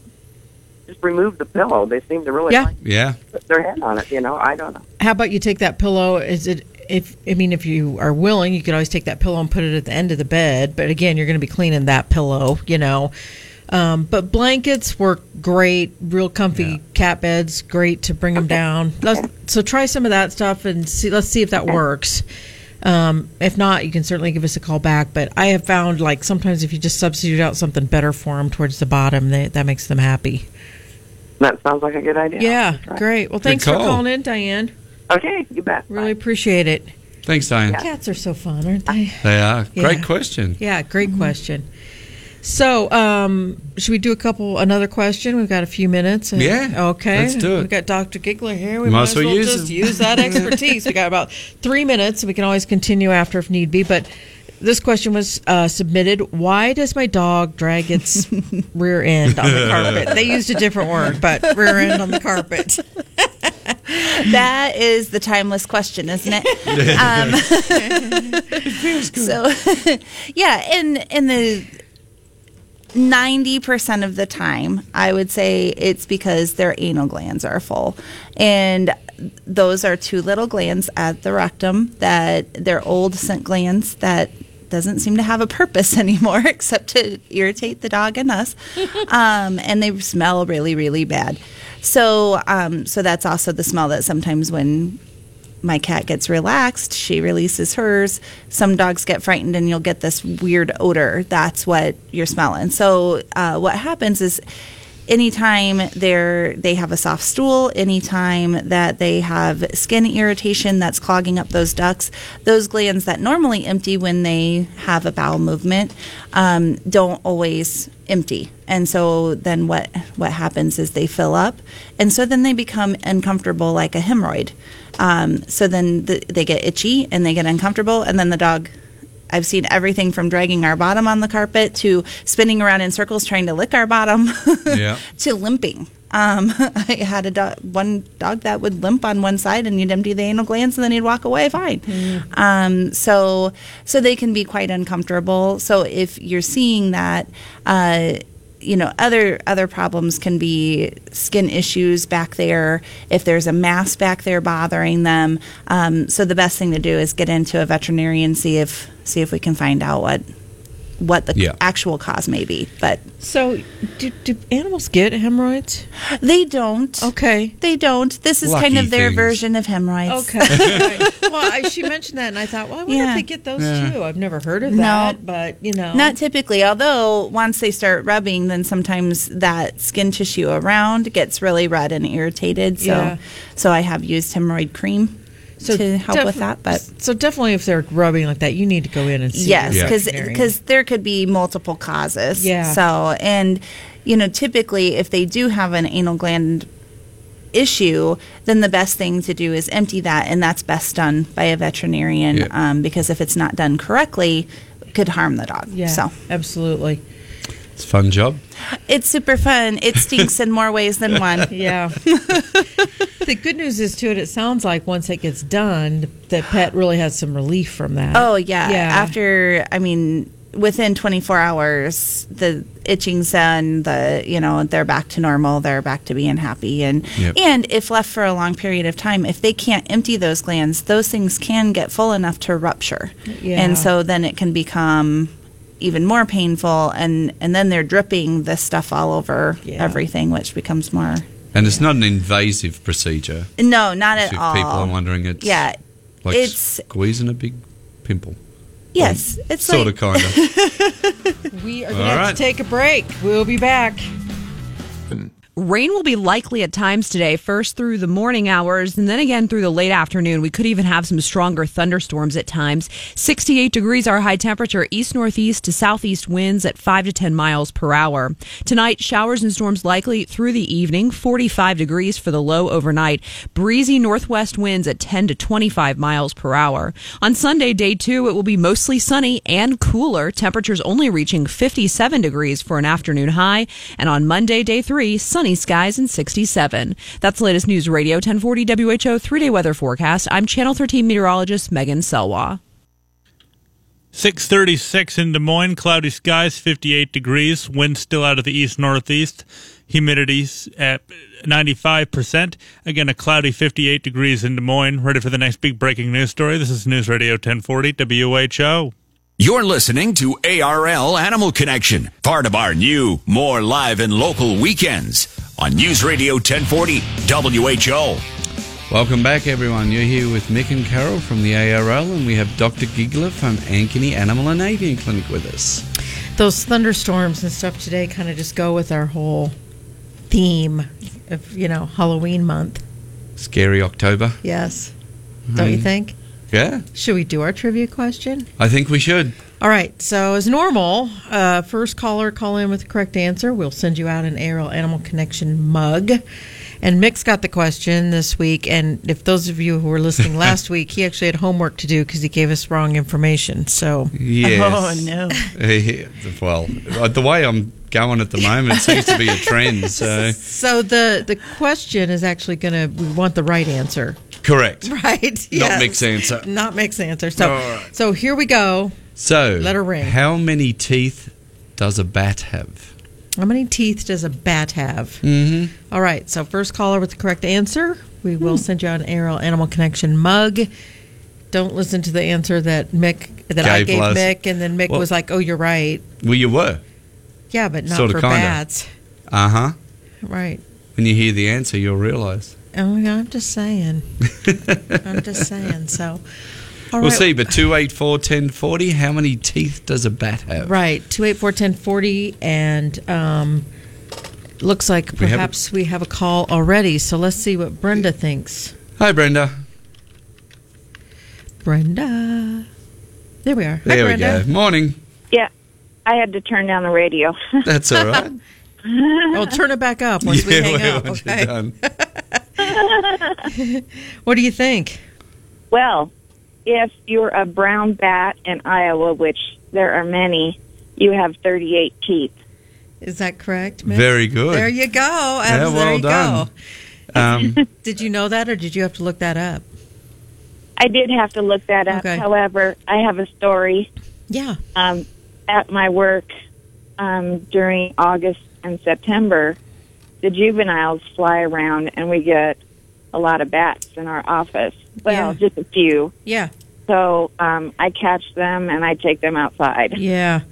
[SPEAKER 7] just remove the pillow. They seem to really
[SPEAKER 3] Yeah.
[SPEAKER 7] like
[SPEAKER 2] Yeah.
[SPEAKER 7] put their head on it. You know, I don't know.
[SPEAKER 3] How about you take that pillow? Is it if I mean if you are willing, you could always take that pillow and put it at the end of the bed, but again, you're going to be cleaning that pillow, you know. Um, but blankets work great, real comfy cat beds, great to bring them down. Let's, so try some of that stuff and see let's see if that works. Um, if not, you can certainly give us a call back. But I have found like sometimes if you just substitute out something better for them towards the bottom, that that makes them happy.
[SPEAKER 7] That sounds like a good idea.
[SPEAKER 3] Yeah, great. Well, thanks for
[SPEAKER 2] call.
[SPEAKER 3] calling in, Diane.
[SPEAKER 7] Okay, you bet. Bye.
[SPEAKER 3] Really appreciate it.
[SPEAKER 2] Thanks, Diane.
[SPEAKER 3] Cats are so fun, aren't they?
[SPEAKER 2] They are.
[SPEAKER 3] Yeah.
[SPEAKER 2] Great question.
[SPEAKER 3] Yeah, great
[SPEAKER 7] Mm-hmm.
[SPEAKER 3] question. So, um, should we do a couple another question? We've got a few minutes. and-
[SPEAKER 2] Yeah,
[SPEAKER 3] Okay.
[SPEAKER 2] let's do it.
[SPEAKER 3] We've got Dr. Giggler here. We
[SPEAKER 2] Might
[SPEAKER 3] might
[SPEAKER 2] as
[SPEAKER 3] as
[SPEAKER 2] well
[SPEAKER 3] well
[SPEAKER 2] use
[SPEAKER 3] just
[SPEAKER 2] him.
[SPEAKER 3] use
[SPEAKER 2] (laughs)
[SPEAKER 3] that expertise. we got about three minutes, and we can always continue after if need be. But this question was uh, submitted. Why does my dog drag
[SPEAKER 2] (laughs)
[SPEAKER 3] its rear end on the carpet? They used a different word, but rear end on the carpet.
[SPEAKER 4] (laughs) that is the timeless question, isn't it? um, (laughs) so, (laughs) yeah, in in the ninety percent of the time, I would say it's because their anal glands are full, and those are two little glands at the rectum that they're old scent glands that doesn't seem to have a purpose (laughs) anymore except to irritate the dog and us um, and they smell really really bad so um, so that's also the smell that sometimes when my cat gets relaxed, she releases hers. Some dogs get frightened, and you'll get this weird odor. That's what you're smelling. So, uh, what happens is anytime they're they have a soft stool anytime that they have skin irritation that's clogging up those ducts those glands that normally empty when they have a bowel movement um, don't always empty and so then what what happens is they fill up and so then they become uncomfortable like a hemorrhoid um, so then the, they get itchy and they get uncomfortable, and then the dog. I've seen everything from dragging our bottom on the carpet to spinning around in circles trying to lick our bottom (laughs)
[SPEAKER 3] (laughs)
[SPEAKER 2] Yeah.
[SPEAKER 4] to limping. Um, (laughs) I had a dog, one dog that would limp on one side, and you'd empty the anal glands, and then he'd walk away fine. Um, so, so they can be quite uncomfortable. So if you're seeing that, uh, you know, other other problems can be skin issues back there. If there's a mass back there bothering them, um, so the best thing to do is get into a veterinarian, see if see if we can find out what what the
[SPEAKER 2] Yeah.
[SPEAKER 4] actual cause may be. But
[SPEAKER 3] So, do, do animals get hemorrhoids?
[SPEAKER 4] they don't.
[SPEAKER 3] Okay.
[SPEAKER 4] They don't. This is
[SPEAKER 2] Lucky
[SPEAKER 4] kind of their
[SPEAKER 2] things.
[SPEAKER 4] version of hemorrhoids. (laughs)
[SPEAKER 3] Okay. Right. Well, I, she mentioned that, and I thought, well, I wonder
[SPEAKER 4] Yeah.
[SPEAKER 3] if they get those
[SPEAKER 2] Yeah.
[SPEAKER 3] too. I've never heard of
[SPEAKER 4] No.
[SPEAKER 3] that, but you know,
[SPEAKER 4] Not typically, although once they start rubbing, then sometimes that skin tissue around gets really red and irritated. So,
[SPEAKER 3] Yeah.
[SPEAKER 4] so I have used hemorrhoid cream to help with
[SPEAKER 3] defi-
[SPEAKER 4] that. But
[SPEAKER 3] so definitely, if they're rubbing like that, you need to go in and see.
[SPEAKER 4] yes,
[SPEAKER 3] your
[SPEAKER 4] because
[SPEAKER 3] veterinarian.
[SPEAKER 4] there could be multiple causes.
[SPEAKER 3] Yeah.
[SPEAKER 4] So and you know, typically, if they do have an anal gland issue, then the best thing to do is empty that, and that's best done by a veterinarian
[SPEAKER 2] Yeah.
[SPEAKER 4] um, because if it's not done correctly, it could harm the dog.
[SPEAKER 3] yeah,
[SPEAKER 4] So
[SPEAKER 3] absolutely,
[SPEAKER 2] It's a fun job.
[SPEAKER 4] it's super fun. It stinks in more ways than one.
[SPEAKER 3] (laughs) yeah. the good news is too, and it sounds like once it gets done, the pet really has some relief from that.
[SPEAKER 4] Oh yeah.
[SPEAKER 3] yeah.
[SPEAKER 4] After I mean, within 24 hours, the itching's done. The you know they're back to normal. They're back to being happy. And
[SPEAKER 2] Yep.
[SPEAKER 4] and if left for a long period of time, if they can't empty those glands, those things can get full enough to rupture.
[SPEAKER 3] Yeah.
[SPEAKER 4] And so then it can become even more painful, and and then they're dripping this stuff all over
[SPEAKER 3] Yeah.
[SPEAKER 4] everything, which becomes more.
[SPEAKER 2] And it's not an invasive procedure.
[SPEAKER 4] No, not
[SPEAKER 2] If
[SPEAKER 4] at
[SPEAKER 2] people
[SPEAKER 4] all.
[SPEAKER 2] are wondering, it's
[SPEAKER 4] yeah,
[SPEAKER 2] like
[SPEAKER 4] it's-
[SPEAKER 2] squeezing a big pimple. Um,
[SPEAKER 4] yes, it's
[SPEAKER 2] sort
[SPEAKER 4] like
[SPEAKER 2] of, kind
[SPEAKER 4] (laughs)
[SPEAKER 2] of.
[SPEAKER 3] We are
[SPEAKER 2] All
[SPEAKER 3] going to have
[SPEAKER 2] right.
[SPEAKER 3] to take a break. We'll be back.
[SPEAKER 6] Rain will be likely at times today, first through the morning hours and then again through the late afternoon. We could even have some stronger thunderstorms at times. 68 degrees our high temperature, east northeast to southeast winds at 5 to 10 miles per hour. Tonight, showers and storms likely through the evening, 45 degrees for the low overnight, breezy northwest winds at 10 to 25 miles per hour. On Sunday, day two, it will be mostly sunny and cooler, temperatures only reaching 57 degrees for an afternoon high. And on Monday, day three, sunny skies and 67. That's the latest News Radio 1040 WHO three day weather forecast. I'm Channel 13 meteorologist Megan Selwa.
[SPEAKER 5] 636 in Des Moines, cloudy skies, 58 degrees, wind still out of the east northeast, humidity at 95%. Again, a cloudy 58 degrees in Des Moines. Ready for the next big breaking news story? This is News Radio 1040 WHO.
[SPEAKER 1] You're listening to ARL Animal Connection, part of our new, more live and local weekends on News Radio 1040 WHO.
[SPEAKER 2] Welcome back, everyone. You're here with Mick and Carol from the ARL, and we have Dr. Giggler from Ankeny Animal and Avian Clinic with us.
[SPEAKER 3] Those thunderstorms and stuff today kind of just go with our whole theme of, you know, Halloween month.
[SPEAKER 2] Scary October.
[SPEAKER 3] Yes. Don't you
[SPEAKER 2] Mhm.
[SPEAKER 3] think?
[SPEAKER 2] Yeah,
[SPEAKER 3] Should we do our trivia question?
[SPEAKER 2] I think we should. (laughs)
[SPEAKER 3] All right. So as normal, uh, first caller call in with the correct answer. We'll send you out an Aerial Animal Connection mug. And Mick's got the question this week. And if those of you who were
[SPEAKER 2] (laughs)
[SPEAKER 3] listening last week, he actually had homework to do because he gave us wrong information. So
[SPEAKER 2] Yes.
[SPEAKER 4] oh no.
[SPEAKER 2] Yeah, well, uh, the way I'm going at the moment it seems to be a
[SPEAKER 4] (laughs)
[SPEAKER 2] trend. So
[SPEAKER 3] so the the question is actually going to we want the right answer,
[SPEAKER 2] correct.
[SPEAKER 3] (laughs) right?
[SPEAKER 2] Mick's answer.
[SPEAKER 3] Not Mick's answer. So
[SPEAKER 2] All right.
[SPEAKER 3] so here we go.
[SPEAKER 2] So
[SPEAKER 3] Let her ring.
[SPEAKER 2] How many teeth does a bat have?
[SPEAKER 3] How many teeth does a bat have?
[SPEAKER 2] Mm-hmm.
[SPEAKER 3] All right, so first caller with the correct answer, we will send you out an Aerial Animal Connection mug. Don't listen to the answer that Mick that I
[SPEAKER 2] Gave
[SPEAKER 3] gave
[SPEAKER 2] last-
[SPEAKER 3] Mick, and then Mick
[SPEAKER 2] Well-
[SPEAKER 3] was like, "Oh, you're right."
[SPEAKER 2] Well, you were.
[SPEAKER 3] Yeah, but not
[SPEAKER 2] Sorta,
[SPEAKER 3] for
[SPEAKER 2] kinda.
[SPEAKER 3] bats,
[SPEAKER 2] Uh huh.
[SPEAKER 3] right?
[SPEAKER 2] When you hear the answer, you'll realise.
[SPEAKER 3] Oh, yeah, I'm just
[SPEAKER 2] (laughs)
[SPEAKER 3] saying. I'm just saying. So, all right,
[SPEAKER 2] We'll see, but 284 1040, how many teeth does a bat have?
[SPEAKER 3] Right, two eight four ten forty, and um, looks like
[SPEAKER 2] We have a-
[SPEAKER 3] perhaps we have a call already. So let's see what Brenda thinks.
[SPEAKER 2] Hi, Brenda.
[SPEAKER 3] Brenda, there we are. Hi,
[SPEAKER 2] There we
[SPEAKER 3] Brenda.
[SPEAKER 2] go. Morning.
[SPEAKER 8] Yeah, I had to turn down the radio.
[SPEAKER 2] (laughs) That's
[SPEAKER 3] (laughs)
[SPEAKER 2] all right.
[SPEAKER 3] Oh, turn it back up once we
[SPEAKER 2] (laughs) Yeah,
[SPEAKER 3] hang
[SPEAKER 2] wait,
[SPEAKER 3] up.
[SPEAKER 2] once you're
[SPEAKER 3] Okay.
[SPEAKER 2] done.
[SPEAKER 3] What do you think?
[SPEAKER 8] (laughs) well, if you're a brown bat in Iowa, which there are many, you have 38 teeth.
[SPEAKER 3] Is that correct? Miss?
[SPEAKER 2] Very good.
[SPEAKER 3] There you go.
[SPEAKER 2] Yeah,
[SPEAKER 3] Abs, there
[SPEAKER 2] well
[SPEAKER 3] you
[SPEAKER 2] done.
[SPEAKER 3] go. (laughs)
[SPEAKER 2] Um,
[SPEAKER 3] Did you know that, or did you have to look that up?
[SPEAKER 8] I did have to look that up.
[SPEAKER 3] Okay.
[SPEAKER 8] However, I have a story
[SPEAKER 3] Yeah.
[SPEAKER 8] um, at my work um, during August and September. The juveniles fly around, and we get a lot of bats in our office. Well,
[SPEAKER 3] Yeah.
[SPEAKER 8] just a few.
[SPEAKER 3] Yeah.
[SPEAKER 8] So um, I catch them and I take them outside.
[SPEAKER 3] (laughs) Yeah.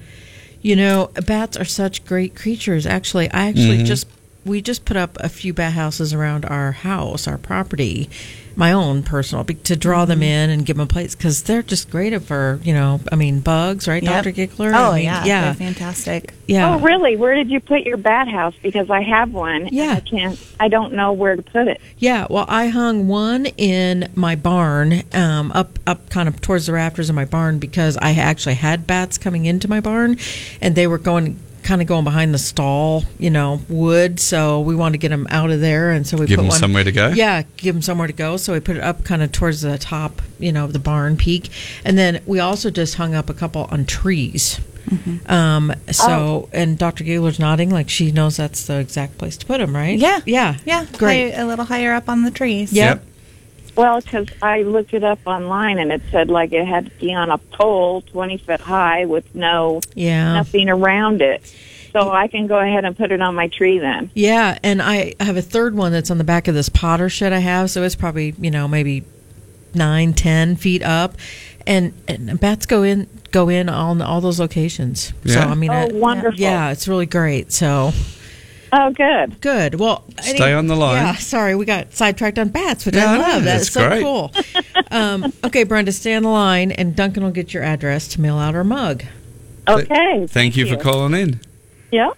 [SPEAKER 3] You know, bats are such great creatures. Actually, I actually
[SPEAKER 4] Mm-hmm.
[SPEAKER 3] just we just put up a few bat houses around our house, our property, my own personal, be- to draw them
[SPEAKER 4] Mm-hmm.
[SPEAKER 3] in and give them a place because they're just great for you know, I mean, bugs, right,
[SPEAKER 4] Yep.
[SPEAKER 3] Doctor Gickler?
[SPEAKER 4] Oh
[SPEAKER 3] I mean,
[SPEAKER 4] yeah,
[SPEAKER 3] yeah,
[SPEAKER 4] they're fantastic.
[SPEAKER 3] yeah.
[SPEAKER 8] Oh, really? Where did you put your bat house? Because I have one. and
[SPEAKER 3] Yeah.
[SPEAKER 8] I can't. I don't know where to put it.
[SPEAKER 3] Yeah, well, I hung one in my barn, um, up up kind of towards the rafters of my barn because I actually had bats coming into my barn, and they were going kind of going behind the stall, you know, wood. So we wanted to get them out of there, and so we
[SPEAKER 2] Give
[SPEAKER 3] put
[SPEAKER 2] 'em
[SPEAKER 3] one,
[SPEAKER 2] somewhere to go?
[SPEAKER 3] Yeah, give them somewhere to go. So we put it up kind of towards the top, you know, of the barn peak, and then we also just hung up a couple on trees. Um, so and Dr. Gaylor's nodding like she knows that's the exact place to put them, right?
[SPEAKER 4] Yeah.
[SPEAKER 3] yeah,
[SPEAKER 4] Yeah,
[SPEAKER 3] great.
[SPEAKER 4] high- a little higher up on the trees.
[SPEAKER 3] Yep.
[SPEAKER 8] Well, because I looked it up online and it said like it had to be on a pole, twenty foot high, with no
[SPEAKER 3] Yeah.
[SPEAKER 8] nothing around it. So I can go ahead and put it on my tree then.
[SPEAKER 3] Yeah, and I have a third one that's on the back of this Potter shed I have, so it's probably you know maybe nine, ten feet up, and, and bats go in go in on all those locations. So
[SPEAKER 2] Yeah.
[SPEAKER 3] I mean,
[SPEAKER 8] Oh,
[SPEAKER 3] I-
[SPEAKER 8] wonderful.
[SPEAKER 3] Yeah, it's really great. So
[SPEAKER 8] Oh, good.
[SPEAKER 3] good. Well,
[SPEAKER 2] Stay on the line.
[SPEAKER 3] Yeah, sorry, we got sidetracked on bats, which
[SPEAKER 2] Yeah, I
[SPEAKER 3] I
[SPEAKER 2] know,
[SPEAKER 3] love.
[SPEAKER 2] that's
[SPEAKER 3] That's so
[SPEAKER 2] great. (laughs)
[SPEAKER 3] cool. um, okay, Brenda, stay on the line, and Duncan will get your address to mail out our mug.
[SPEAKER 8] Okay.
[SPEAKER 2] Thank, you, for calling in.
[SPEAKER 8] Yeah.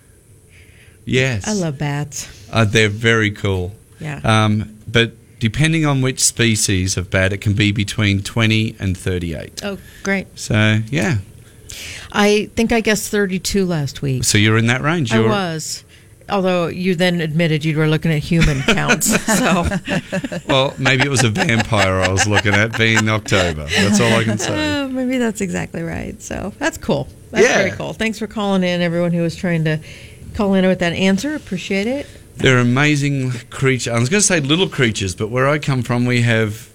[SPEAKER 2] Yes.
[SPEAKER 3] I love bats.
[SPEAKER 2] Uh, they're very cool.
[SPEAKER 3] Yeah.
[SPEAKER 2] Um, but depending on which species of bat, it can be between 20 and 38.
[SPEAKER 3] Oh, great.
[SPEAKER 2] So, yeah.
[SPEAKER 3] I think I guessed 32 last week.
[SPEAKER 2] So you're in that range. You're,
[SPEAKER 3] I was. Although you then admitted you were looking at
[SPEAKER 2] (laughs)
[SPEAKER 3] human counts. so,
[SPEAKER 2] Well, maybe it was a vampire I was looking at being October. That's all I can say.
[SPEAKER 3] uh, maybe that's exactly right. So, that's cool. That's
[SPEAKER 2] Yeah.
[SPEAKER 3] very cool. Thanks for calling in, everyone who was trying to call in with that answer. Appreciate it.
[SPEAKER 2] They're amazing creatures. I was going to say little creatures, but where I come from, we have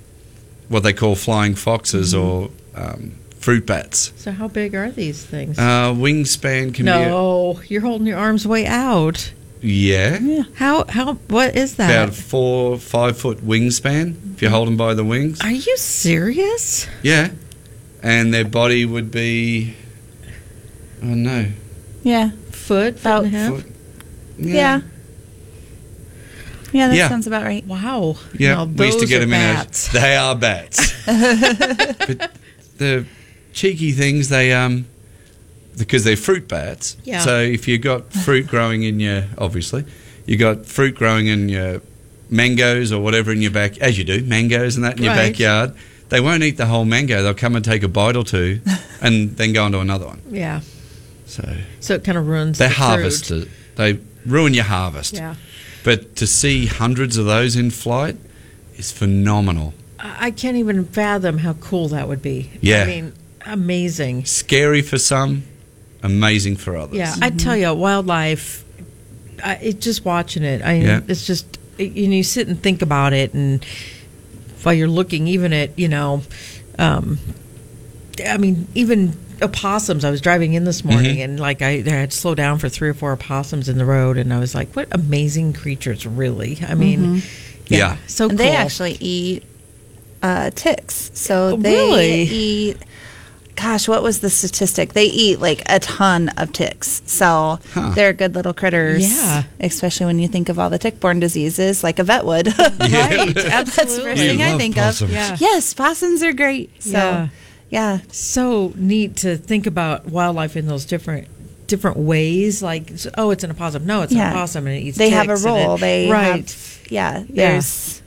[SPEAKER 2] what they call flying foxes
[SPEAKER 3] Mm-hmm.
[SPEAKER 2] or um, fruit bats.
[SPEAKER 3] So, how big are these things?
[SPEAKER 2] Uh, wingspan can
[SPEAKER 3] no, you're holding your arms way out.
[SPEAKER 2] be, yeah,
[SPEAKER 3] How, how, what is that?
[SPEAKER 2] about four, five foot wingspan if you hold them by the wings.
[SPEAKER 3] are you serious?
[SPEAKER 2] Yeah, and their body would be, oh no,
[SPEAKER 4] Yeah.
[SPEAKER 3] Foot, foot and a half?
[SPEAKER 2] Foot.
[SPEAKER 4] Yeah. Yeah, that
[SPEAKER 2] Yeah.
[SPEAKER 4] sounds about right.
[SPEAKER 3] Wow.
[SPEAKER 2] Yeah,
[SPEAKER 3] Now
[SPEAKER 2] we used to
[SPEAKER 3] those
[SPEAKER 2] get
[SPEAKER 3] are
[SPEAKER 2] them
[SPEAKER 3] bats.
[SPEAKER 2] in. A, they are bats. (laughs)
[SPEAKER 3] (laughs)
[SPEAKER 2] but the cheeky things they um because they're fruit bats.
[SPEAKER 3] Yeah.
[SPEAKER 2] So if you got fruit growing in your obviously you got fruit growing in your mangoes or whatever in your back as you do mangoes and that in your
[SPEAKER 3] Right.
[SPEAKER 2] backyard. They won't eat the whole mango. They'll come and take a bite or
[SPEAKER 3] (laughs)
[SPEAKER 2] two, and then go on to another one.
[SPEAKER 3] Yeah.
[SPEAKER 2] So
[SPEAKER 3] So it kind of ruins
[SPEAKER 2] they
[SPEAKER 3] the fruit.
[SPEAKER 2] harvest it. They ruin your harvest.
[SPEAKER 3] Yeah.
[SPEAKER 2] But to see hundreds of those in flight is phenomenal.
[SPEAKER 3] I I can't even fathom how cool that would be.
[SPEAKER 2] Yeah.
[SPEAKER 3] I mean, amazing.
[SPEAKER 2] scary for some, amazing for others.
[SPEAKER 3] Yeah, I tell you, wildlife. I, it just watching it. I
[SPEAKER 2] Yeah.
[SPEAKER 3] it's just it, you, know, you sit and think about it, and while you're looking, even at you know, um, I mean, even opossums. I was driving in this morning,
[SPEAKER 2] Mm-hmm.
[SPEAKER 3] and like I, I had to slow down for three or four opossums in the road, and I was like, what amazing creatures, really. I mean, yeah,
[SPEAKER 2] Yeah.
[SPEAKER 3] so
[SPEAKER 4] And
[SPEAKER 3] cool.
[SPEAKER 4] they actually eat uh, ticks. So
[SPEAKER 3] Oh,
[SPEAKER 4] they
[SPEAKER 3] really?
[SPEAKER 4] eat. Gosh, what was the statistic? They eat like a ton of ticks. So
[SPEAKER 2] Huh.
[SPEAKER 4] they're good little critters.
[SPEAKER 3] Yeah.
[SPEAKER 4] Especially when you think of all the tick borne diseases, like a vet would. (laughs) That's
[SPEAKER 3] right,
[SPEAKER 4] the
[SPEAKER 3] absolutely.
[SPEAKER 4] first thing I think of.
[SPEAKER 3] Yeah.
[SPEAKER 4] Yes, possums are great. So,
[SPEAKER 3] Yeah.
[SPEAKER 4] yeah.
[SPEAKER 3] so neat to think about wildlife in those different different ways. Like, oh, it's an opossum. No, it's
[SPEAKER 4] Yeah.
[SPEAKER 3] an opossum, and it eats.
[SPEAKER 4] They have a
[SPEAKER 3] ticks, and
[SPEAKER 4] role.
[SPEAKER 3] it-
[SPEAKER 4] they
[SPEAKER 3] right.
[SPEAKER 4] have- yeah. There's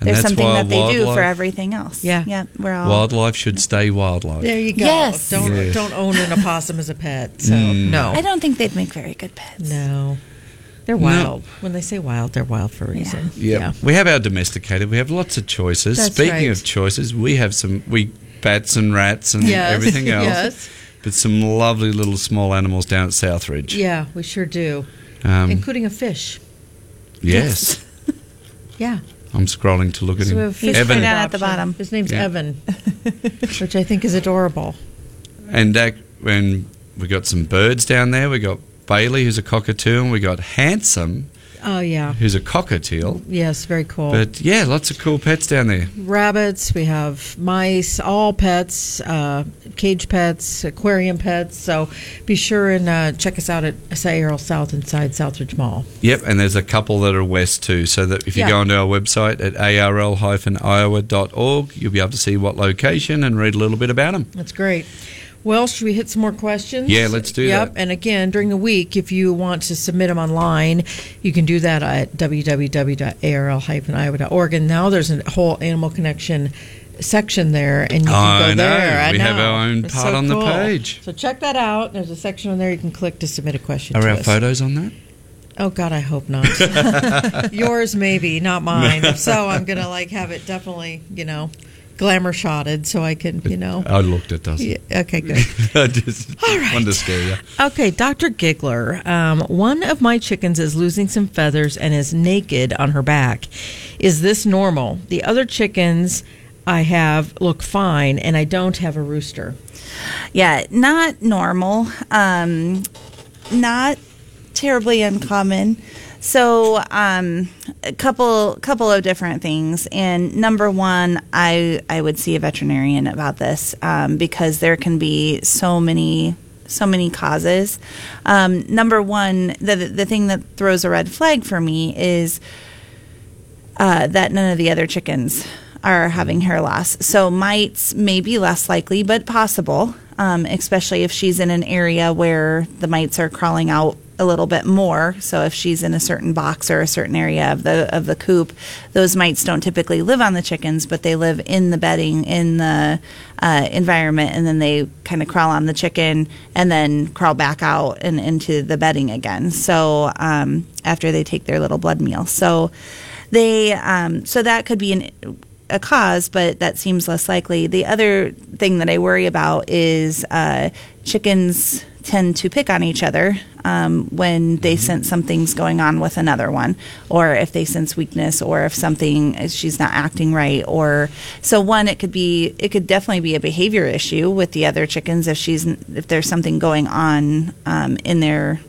[SPEAKER 2] And
[SPEAKER 4] there's
[SPEAKER 2] that's
[SPEAKER 4] something
[SPEAKER 2] why
[SPEAKER 4] that they do for
[SPEAKER 2] wildlife-
[SPEAKER 4] everything else.
[SPEAKER 3] Yeah.
[SPEAKER 4] Yeah. We're all
[SPEAKER 2] Mm-hmm. Wildlife should stay wildlife.
[SPEAKER 3] there you go.
[SPEAKER 4] Yes.
[SPEAKER 3] Don't
[SPEAKER 2] Yes. Mm.
[SPEAKER 3] don't own an opossum as a pet. So no,
[SPEAKER 4] I don't think they'd make very good pets.
[SPEAKER 3] no, they're wild. When they say wild, they're wild for a reason. Yeah.
[SPEAKER 2] We have our domesticated. We have lots of choices.
[SPEAKER 3] That's
[SPEAKER 2] Speaking
[SPEAKER 3] right.
[SPEAKER 2] of choices, we have some we bats and rats and
[SPEAKER 3] Yes. (laughs)
[SPEAKER 2] everything else.
[SPEAKER 3] Yes.
[SPEAKER 2] But some lovely little small animals down at Southridge.
[SPEAKER 3] Yeah, we sure do,
[SPEAKER 2] Um,
[SPEAKER 3] including a fish.
[SPEAKER 2] yes.
[SPEAKER 3] (laughs) Yeah,
[SPEAKER 2] I'm scrolling to look at
[SPEAKER 3] so we
[SPEAKER 2] him.
[SPEAKER 3] have a fish
[SPEAKER 2] Evan.
[SPEAKER 3] for
[SPEAKER 4] Right down at the
[SPEAKER 3] adoption.
[SPEAKER 4] bottom.
[SPEAKER 3] His name's
[SPEAKER 2] Yeah.
[SPEAKER 3] Evan, (laughs) which I think is adorable.
[SPEAKER 2] And that, when we got some birds down there, we got Bailey, who's a cockatoo, and we got Handsome,
[SPEAKER 3] Oh yeah,
[SPEAKER 2] who's a cockatiel.
[SPEAKER 3] yes, very cool.
[SPEAKER 2] But yeah, lots of cool pets down there.
[SPEAKER 3] rabbits, we have mice, all pets, uh, cage pets, aquarium pets. So be sure and uh, check us out at Sayerl South inside Southridge Mall.
[SPEAKER 2] Yep, and there's a couple that are west too. So that if you
[SPEAKER 3] Yeah.
[SPEAKER 2] go onto our website at arl-iowa.org, you'll be able to see what location and read a little bit about them.
[SPEAKER 3] That's great. Well, should we hit some more questions?
[SPEAKER 2] Yeah, let's do
[SPEAKER 3] yep.
[SPEAKER 2] that.
[SPEAKER 3] And again, during the week, if you want to submit them online, you can do that at www.arl-iowa.org. And now there's a whole animal connection section there, and you can
[SPEAKER 2] I
[SPEAKER 3] go
[SPEAKER 2] know.
[SPEAKER 3] there. I
[SPEAKER 2] We have
[SPEAKER 3] know.
[SPEAKER 2] our own
[SPEAKER 3] It's
[SPEAKER 2] part
[SPEAKER 3] so
[SPEAKER 2] on the
[SPEAKER 3] cool.
[SPEAKER 2] page.
[SPEAKER 3] So check that out. There's a section on there you can click to submit a question.
[SPEAKER 2] Are
[SPEAKER 3] to
[SPEAKER 2] our
[SPEAKER 3] us.
[SPEAKER 2] photos on that?
[SPEAKER 3] Oh God, I hope not. (laughs) Yours maybe, not
[SPEAKER 2] (laughs)
[SPEAKER 3] mine. So I'm gonna like have it definitely, you know, glamour shotted so I can, you know.
[SPEAKER 2] I looked at those.
[SPEAKER 3] Oh. Yeah, okay, good.
[SPEAKER 2] (laughs) I just
[SPEAKER 3] All right.
[SPEAKER 2] wanted to scare you.
[SPEAKER 3] Okay, Dr. Giggler. Um, one of my chickens is losing some feathers and is naked on her back. Is this normal? The other chickens I have look fine, and I don't have a rooster.
[SPEAKER 4] yeah not normal um not terribly uncommon So, um, a couple couple of different things. And number one, I I would see a veterinarian about this um, because there can be so many so many causes. Um, number one, the the thing that throws a red flag for me is uh, that none of the other chickens are having hair loss. So mites may be less likely, but possible, um, especially if she's in an area where the mites are crawling out a little bit more. So if she's in a certain box or a certain area of the of the coop, those mites don't typically live on the chickens, but they live in the bedding in the uh, environment, and then they kind of crawl on the chicken and then crawl back out and into the bedding again. So um, after they take their little blood meal, so they um, so that could be an a cause, but that seems less likely. The other thing that I worry about is uh, chickens tend to pick on each other um, when they sense something's going on with another one, or if they sense weakness, or if something if she's not acting right, or so one it could be it could definitely be a behavior issue with the other chickens if she's if there's something going on um, in their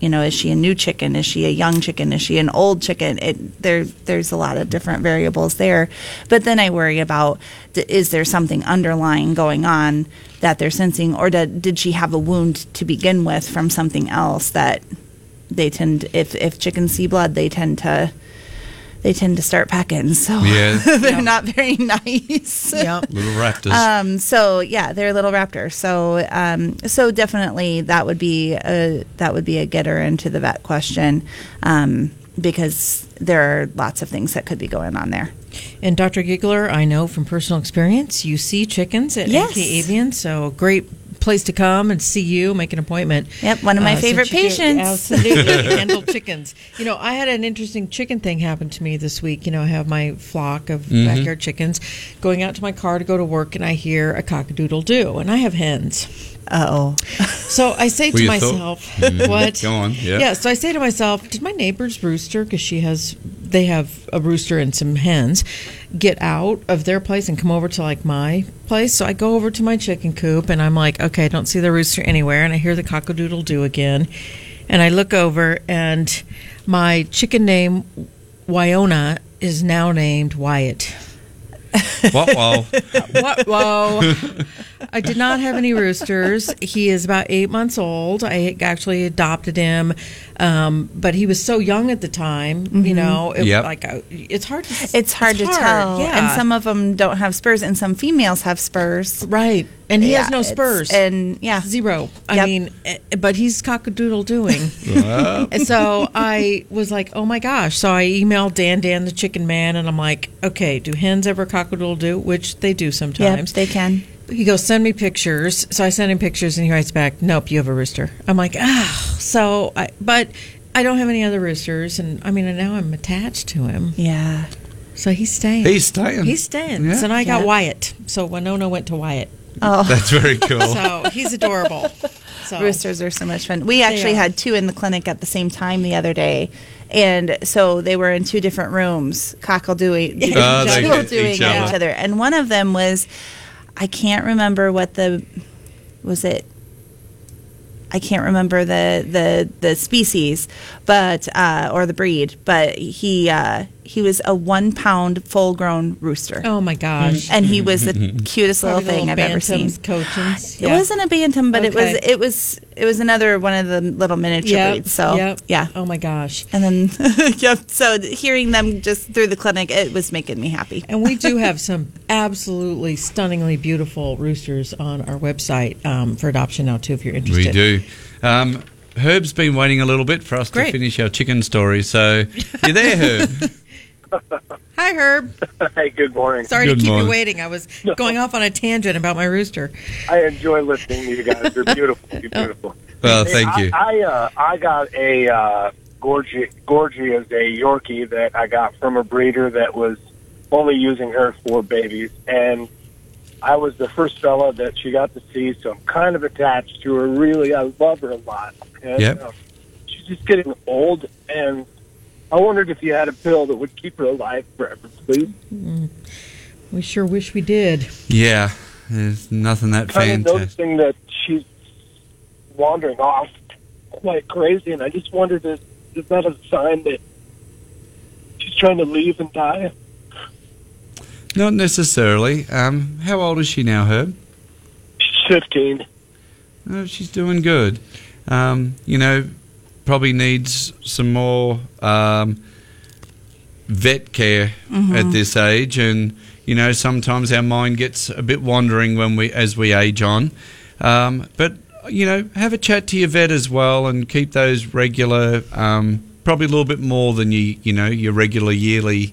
[SPEAKER 4] you know is she a new chicken is she a young chicken is she an old chicken it there there's a lot of different variables there but then i worry about d- is there something underlying going on that they're sensing or do, did she have a wound to begin with from something else that they tend if if chickens see blood they tend to they tend to start pecking so
[SPEAKER 2] Yeah.
[SPEAKER 4] (laughs) they're not very nice
[SPEAKER 3] Yep.
[SPEAKER 2] Little raptors.
[SPEAKER 4] um, so yeah, they're a little raptor. So um, so definitely that would be a that would be a getter into the vet question um, because there are lots of things that could be going on there.
[SPEAKER 3] And Dr. Giggler, I know from personal experience, you see chickens at
[SPEAKER 4] Yes.
[SPEAKER 3] NK Avian, so great place to come and see you, make an appointment.
[SPEAKER 4] Yep, one of my
[SPEAKER 3] since
[SPEAKER 4] favorite
[SPEAKER 3] you do-
[SPEAKER 4] patients.
[SPEAKER 3] absolutely, handle chickens. You know, I had an interesting chicken thing happen to me this week. You know, I have my flock of backyard chickens going out to my car to go to work, and I hear a cockadoodle do, and I have hens.
[SPEAKER 4] Oh,
[SPEAKER 3] So I say
[SPEAKER 2] Were
[SPEAKER 3] to
[SPEAKER 2] you thought- Mm-hmm.
[SPEAKER 3] myself,
[SPEAKER 2] (laughs)
[SPEAKER 3] "What?"
[SPEAKER 2] Go on, yeah.
[SPEAKER 3] Yeah. So I say to myself, "Did my neighbor's rooster, because she has, they have a rooster and some hens, get out of their place and come over to like my place?" So I go over to my chicken coop and I'm like, "Okay, I don't see the rooster anywhere," and I hear the cockadoodle do again, and I look over and my chicken name, Wyona, is now named Wyatt.
[SPEAKER 2] What?
[SPEAKER 3] (laughs)
[SPEAKER 2] Wow.
[SPEAKER 3] What? Whoa. I did not have any roosters. He is about eight months old. I actually adopted him, um, but he was so young at the time.
[SPEAKER 4] Mm-hmm.
[SPEAKER 3] You know, it,
[SPEAKER 2] Yep.
[SPEAKER 3] like uh, it's hard to s-
[SPEAKER 4] it's hard to tell.
[SPEAKER 3] Yeah,
[SPEAKER 4] and some of them don't have spurs, and some females have spurs.
[SPEAKER 3] right, and he
[SPEAKER 4] Yeah,
[SPEAKER 3] has no
[SPEAKER 4] it's-
[SPEAKER 3] spurs
[SPEAKER 4] and yeah,
[SPEAKER 3] zero. I
[SPEAKER 4] Yep.
[SPEAKER 3] mean, eh, but he's cockadoodle doing.
[SPEAKER 8] (laughs)
[SPEAKER 3] And so I was like, oh my gosh. So I emailed Dan Dan the chicken man and I'm like, okay, do hens ever cockadoodle do? Which they do
[SPEAKER 4] Yep,
[SPEAKER 3] sometimes.
[SPEAKER 4] they can.
[SPEAKER 3] he goes, send me pictures. So I sent him pictures, and he writes back, nope, you have a rooster. I'm like, ah. So, I, but I don't have any other roosters, and I mean, and now I'm attached to him.
[SPEAKER 4] Yeah.
[SPEAKER 3] So he's staying.
[SPEAKER 2] He's staying.
[SPEAKER 3] He's staying.
[SPEAKER 2] Yeah.
[SPEAKER 3] So now I got
[SPEAKER 4] Yeah. Oh.
[SPEAKER 3] Wyatt. So Winona went to Wyatt. (laughs)
[SPEAKER 2] That's very cool.
[SPEAKER 3] So he's adorable. So
[SPEAKER 4] Roosters are so much fun. We actually
[SPEAKER 3] are.
[SPEAKER 4] had two in the clinic at the same time the other day. And so they were in two different rooms, cockle
[SPEAKER 3] (laughs)
[SPEAKER 4] doing, doing,
[SPEAKER 2] Oh, they hit
[SPEAKER 4] doing
[SPEAKER 2] each
[SPEAKER 4] at
[SPEAKER 2] other.
[SPEAKER 4] each other. And one of them was, I can't remember what the, was it I can't remember the the the species, but uh, or the breed, but he uh, he was a one pound full grown rooster,
[SPEAKER 3] Oh my gosh.
[SPEAKER 4] and he was the
[SPEAKER 2] (laughs)
[SPEAKER 4] cutest little
[SPEAKER 3] Probably the
[SPEAKER 4] thing I've ever seen.
[SPEAKER 3] bantams, Cochins.
[SPEAKER 4] It wasn't a bantam, but
[SPEAKER 3] Okay.
[SPEAKER 4] it was it was it was another one of the little miniature
[SPEAKER 3] Yep,
[SPEAKER 4] breeds. So
[SPEAKER 3] yep.
[SPEAKER 4] yeah.
[SPEAKER 3] Oh my gosh.
[SPEAKER 4] And then (laughs) yep. So hearing them just through the clinic, it was making me happy.
[SPEAKER 3] And we do have some absolutely stunningly beautiful roosters on our website um, for adoption now, too, if you're interested.
[SPEAKER 9] (laughs)
[SPEAKER 2] We do. Um, Herb's been waiting a little bit for us to
[SPEAKER 3] Great.
[SPEAKER 2] finish our chicken story. So you're there,
[SPEAKER 9] (laughs)
[SPEAKER 2] Herb.
[SPEAKER 3] Hi, Herb.
[SPEAKER 9] Hey, good morning.
[SPEAKER 3] Sorry
[SPEAKER 2] Good
[SPEAKER 3] to keep
[SPEAKER 2] morning.
[SPEAKER 3] you waiting. I was going off on a tangent about my rooster.
[SPEAKER 9] I enjoy listening to you guys. You're beautiful. You're beautiful.
[SPEAKER 2] well,
[SPEAKER 9] Hey,
[SPEAKER 2] thank you.
[SPEAKER 9] I I, uh, I got a uh, Gorgie. Gorgie is a Yorkie that I got from a breeder that was only using her for babies, and I was the first fella that she got to see, so I'm kind of attached to her. Really, I love her a lot. And,
[SPEAKER 2] Yep.
[SPEAKER 9] um, she's just getting old, and I wondered if you had a pill that would keep her alive forever, please.
[SPEAKER 3] Mm. We sure wish we did.
[SPEAKER 2] Yeah, there's nothing that
[SPEAKER 9] kind of
[SPEAKER 2] fantastic.
[SPEAKER 9] noticing that she's wandering off quite crazy, and I just wondered if is that a sign that she's trying to leave and die?
[SPEAKER 2] Not necessarily. Um, how old is she now, Herb?
[SPEAKER 9] She's 15.
[SPEAKER 2] Oh, she's doing good. Um, you know, probably needs some more um, vet care at this age, and you know, sometimes our mind gets a bit wandering when we as we age on. Um, but you know, have a chat to your vet as well, and keep those regular. Um, probably a little bit more than you you know your regular yearly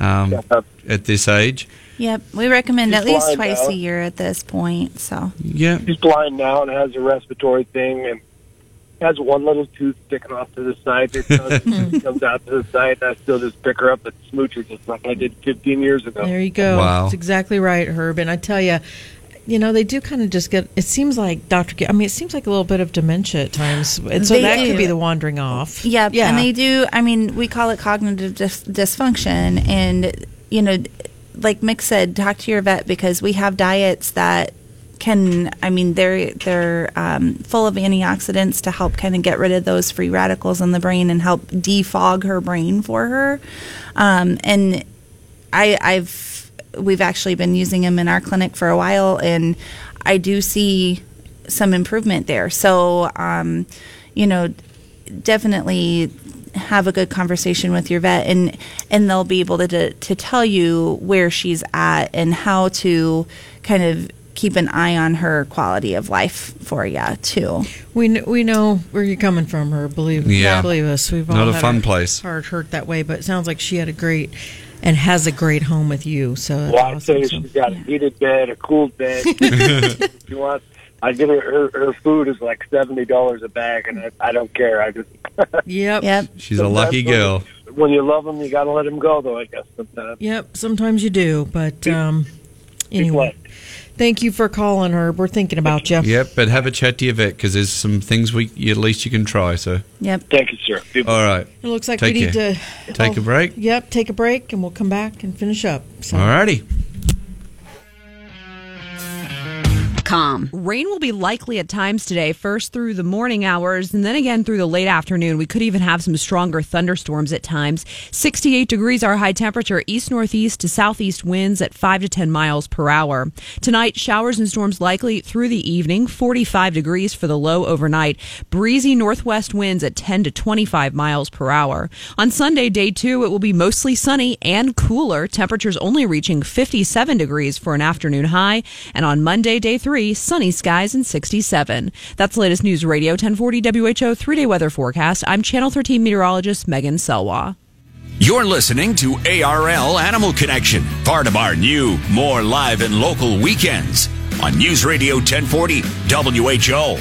[SPEAKER 2] um,
[SPEAKER 9] Uh,
[SPEAKER 2] at this age.
[SPEAKER 4] Yep, we recommend at
[SPEAKER 9] She's
[SPEAKER 4] least
[SPEAKER 9] blind
[SPEAKER 4] twice
[SPEAKER 9] now.
[SPEAKER 4] a year at this point. So
[SPEAKER 2] Yeah.
[SPEAKER 9] She's blind now and has a respiratory thing and has one little tooth sticking off to the side. It
[SPEAKER 2] (laughs)
[SPEAKER 9] comes, comes out to the side, and I still just pick her up and smooch her just like I did 15 years ago.
[SPEAKER 3] There you go.
[SPEAKER 2] Wow.
[SPEAKER 3] That's exactly right, Herb. And I tell you, you know, they do kind of just get. It seems like Doctor. I mean, it seems like a little bit of dementia at times, and so
[SPEAKER 4] They
[SPEAKER 3] that could
[SPEAKER 4] do.
[SPEAKER 3] be the wandering off.
[SPEAKER 4] Yep. And they do, I mean, we call it cognitive dis- dysfunction. And, you know, like Mick said, talk to your vet because we have diets that can, I mean, they're, they're um, full of antioxidants to help kind of get rid of those free radicals in the brain and help defog her brain for her. Um, and I, I've, we've actually been using them in our clinic for a while and I do see some improvement there. So, um, you know, definitely have a good conversation with your vet and and they'll be able to, to to tell you where she's at and how to kind of keep an eye on her quality of life for you too.
[SPEAKER 3] We kn- we know where you're coming from, her. Believe
[SPEAKER 2] Yeah.
[SPEAKER 3] believe us. We've all
[SPEAKER 2] Not a
[SPEAKER 3] had
[SPEAKER 2] fun
[SPEAKER 3] our
[SPEAKER 2] place.
[SPEAKER 3] Heart hurt that way, but it sounds like she had a great and has a great home with you. So that's
[SPEAKER 9] Well, I
[SPEAKER 3] awesome.
[SPEAKER 9] tell you,
[SPEAKER 3] So-
[SPEAKER 9] she's got a heated bed, a
[SPEAKER 3] (laughs)
[SPEAKER 9] cooled bed. she wants. I give her, her her food is like seventy dollars a bag, and I, I don't care. I just (laughs)
[SPEAKER 3] Yep.
[SPEAKER 4] Yep.
[SPEAKER 2] She's a lucky girl.
[SPEAKER 9] When you love them, you gotta let them go, though. I guess sometimes.
[SPEAKER 3] Yep. Sometimes you do, but um, anyway.
[SPEAKER 9] what?
[SPEAKER 3] Thank you for calling, Herb. We're thinking about you.
[SPEAKER 2] Yep, but have a chat to your vet because there's some things we at least you can try. So,
[SPEAKER 4] Yep.
[SPEAKER 9] Thank you, sir. Be
[SPEAKER 2] all right,
[SPEAKER 3] It looks like
[SPEAKER 2] Take
[SPEAKER 3] we need
[SPEAKER 2] care.
[SPEAKER 3] to
[SPEAKER 2] take a
[SPEAKER 3] oh,
[SPEAKER 2] break.
[SPEAKER 3] Yep, take a break, and we'll come back and finish up. So.
[SPEAKER 2] All righty.
[SPEAKER 6] com. Rain will be likely at times today, first through the morning hours and then again through the late afternoon. We could even have some stronger thunderstorms at times. 68 degrees our high temperature, east northeast to southeast winds at 5 to 10 miles per hour. Tonight, showers and storms likely through the evening, 45 degrees for the low overnight. Breezy northwest winds at 10 to 25 miles per hour. On Sunday, day 2, it will be mostly sunny and cooler, temperatures only reaching 57 degrees for an afternoon high. And on Monday, day three, sunny skies and 67. That's the latest News Radio 1040 WHO three day weather forecast. I'm Channel 13 meteorologist Megan Selwa.
[SPEAKER 1] You're listening to ARL Animal Connection, part of our new, more live and local weekends on News Radio 1040 WHO.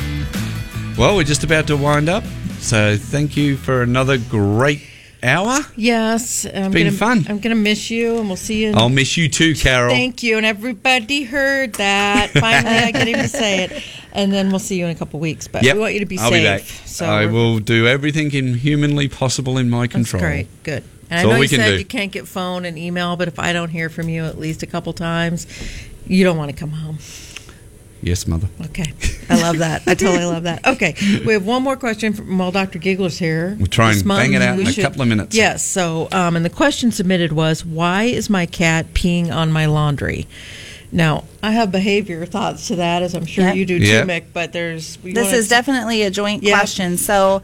[SPEAKER 2] Well, we're just about to wind up. So, thank you for another great hour.
[SPEAKER 3] Yes, I'm
[SPEAKER 2] been
[SPEAKER 3] gonna,
[SPEAKER 2] fun.
[SPEAKER 3] I'm gonna miss you, and we'll see you. in-
[SPEAKER 2] I'll miss you too, Carol.
[SPEAKER 3] Thank you, and everybody heard
[SPEAKER 2] (laughs)
[SPEAKER 3] that. Finally, I can even say it. And then we'll see you in a couple weeks. But
[SPEAKER 2] Yep,
[SPEAKER 3] we want you to be
[SPEAKER 2] I'll
[SPEAKER 3] safe.
[SPEAKER 2] Be back.
[SPEAKER 3] So
[SPEAKER 2] I
[SPEAKER 3] we're-
[SPEAKER 2] will do everything in humanly possible in my
[SPEAKER 3] That's
[SPEAKER 2] control.
[SPEAKER 3] great. Good. And
[SPEAKER 2] That's
[SPEAKER 3] I know
[SPEAKER 2] all we
[SPEAKER 3] you
[SPEAKER 2] can
[SPEAKER 3] said
[SPEAKER 2] do.
[SPEAKER 3] you can't get phone and email, but if I don't hear from you at least a couple times, you don't want to come home.
[SPEAKER 2] Yes, mother.
[SPEAKER 3] Okay. I love that. I totally love
[SPEAKER 2] (laughs)
[SPEAKER 3] that. Okay. We have one more question from, well, Dr. Giggler's here.
[SPEAKER 2] We'll try and
[SPEAKER 3] This month,
[SPEAKER 2] bang it out
[SPEAKER 3] we
[SPEAKER 2] in a couple of minutes.
[SPEAKER 3] Yes. So, um, and the question submitted was, why is my cat peeing on my laundry? Now, I have behavior thoughts to that, as I'm sure
[SPEAKER 4] Yep.
[SPEAKER 3] you do
[SPEAKER 2] Yeah.
[SPEAKER 3] too, Mick, but there's. we
[SPEAKER 4] This
[SPEAKER 3] wanna-
[SPEAKER 4] is definitely a joint
[SPEAKER 3] Yeah.
[SPEAKER 4] question. So,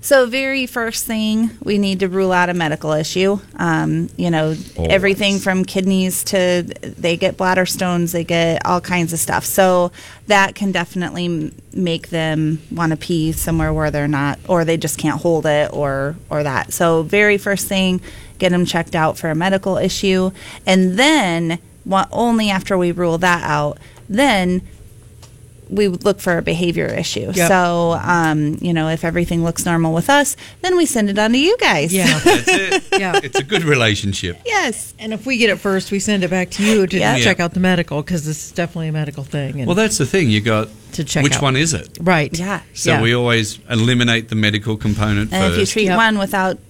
[SPEAKER 4] so very first thing we need to rule out a medical issue. Um, you know, everything from kidneys to they get bladder stones, they get all kinds of stuff. So that can definitely m- make them want to pee somewhere where they're not, or they just can't hold it, or or that. So very first thing, get them checked out for a medical issue, and then wa- only after we rule that out, then we would look for a behavior issue.
[SPEAKER 3] Yep.
[SPEAKER 4] So, um, you know, if everything looks normal with us, then we send it on to you guys.
[SPEAKER 3] Yeah.
[SPEAKER 2] That's it.
[SPEAKER 3] yeah.
[SPEAKER 2] (laughs) It's a good relationship.
[SPEAKER 4] Yes.
[SPEAKER 3] And if we get it first, we send it back to you to
[SPEAKER 4] Yeah.
[SPEAKER 3] check out the medical because this is definitely a medical thing. And
[SPEAKER 2] Well, that's the thing. You got
[SPEAKER 3] To check
[SPEAKER 2] which
[SPEAKER 3] out.
[SPEAKER 2] one is it?
[SPEAKER 3] right.
[SPEAKER 4] Yeah.
[SPEAKER 2] So
[SPEAKER 3] Yeah.
[SPEAKER 2] we always eliminate the medical
[SPEAKER 4] (laughs)
[SPEAKER 2] component
[SPEAKER 4] And if you
[SPEAKER 2] first.
[SPEAKER 4] treat
[SPEAKER 3] Yep.
[SPEAKER 4] one without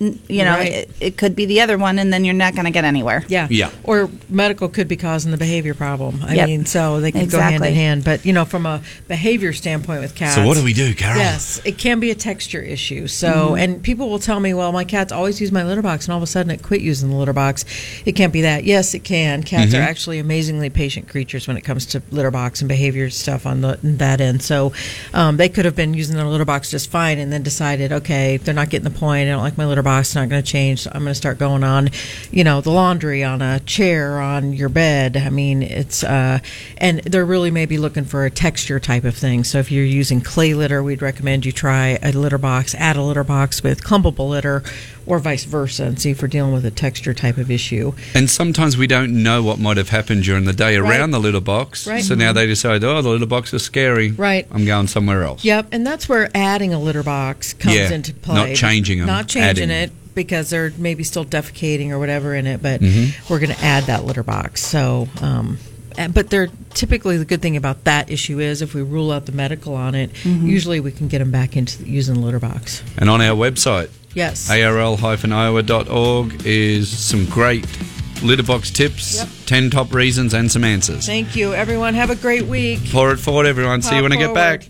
[SPEAKER 4] n- you know,
[SPEAKER 3] Right.
[SPEAKER 4] it, it could be the other one, and then you're not going to get anywhere.
[SPEAKER 3] Yeah.
[SPEAKER 2] Yeah.
[SPEAKER 3] Or medical could be causing the behavior problem. I
[SPEAKER 4] Yep.
[SPEAKER 3] mean, so they can go hand in
[SPEAKER 4] Exactly.
[SPEAKER 3] hand. But, you know, from a behavior standpoint with cats.
[SPEAKER 2] So what do we do, Carol?
[SPEAKER 3] Yes, it can be a texture issue. So,
[SPEAKER 4] Mm-hmm.
[SPEAKER 3] and people will tell me, well, my cats always use my litter box, and all of a sudden it quit using the litter box. It can't be that. Yes, it can. Cats
[SPEAKER 2] Mm-hmm.
[SPEAKER 3] are actually amazingly patient creatures when it comes to litter box and behavior stuff on the on that end. So, um, they could have been using their litter box just fine, and then decided, okay, they're not getting the point. I don't like my litter box. It's not going to change. So I'm going to start going on, you know, the laundry on a chair on your bed. I mean, it's uh, and they're really maybe looking for a texture type of thing. So if you're using clay litter, we'd recommend you try a litter box, add a litter box with clumpable litter, or vice versa, and see if we're dealing with a texture type of issue.
[SPEAKER 2] And sometimes we don't know what might have happened during the day
[SPEAKER 3] Right.
[SPEAKER 2] around the litter box.
[SPEAKER 3] Right.
[SPEAKER 2] So now they decide, oh, the litter box is scary.
[SPEAKER 3] Right.
[SPEAKER 2] I'm going somewhere else.
[SPEAKER 3] Yep, and that's where adding a litter box comes
[SPEAKER 2] Yeah,
[SPEAKER 3] into
[SPEAKER 2] not
[SPEAKER 3] play.
[SPEAKER 2] changing 'em,
[SPEAKER 3] not changing
[SPEAKER 2] adding.
[SPEAKER 3] it because they're maybe still defecating or whatever in it, but
[SPEAKER 2] Mm-hmm.
[SPEAKER 3] we're going to add that litter box. So, um, and- but they're typically the good thing about that issue is if we rule out the medical on it, usually we can get them back into the, using the litter box.
[SPEAKER 2] And on our website,
[SPEAKER 3] Yes.
[SPEAKER 2] arl-iowa.org, is some great litter box tips, 10 top reasons, and some answers.
[SPEAKER 3] Thank you, everyone. Have a great week.
[SPEAKER 2] Pour it forward, everyone. See you when I get
[SPEAKER 3] Pop
[SPEAKER 2] back.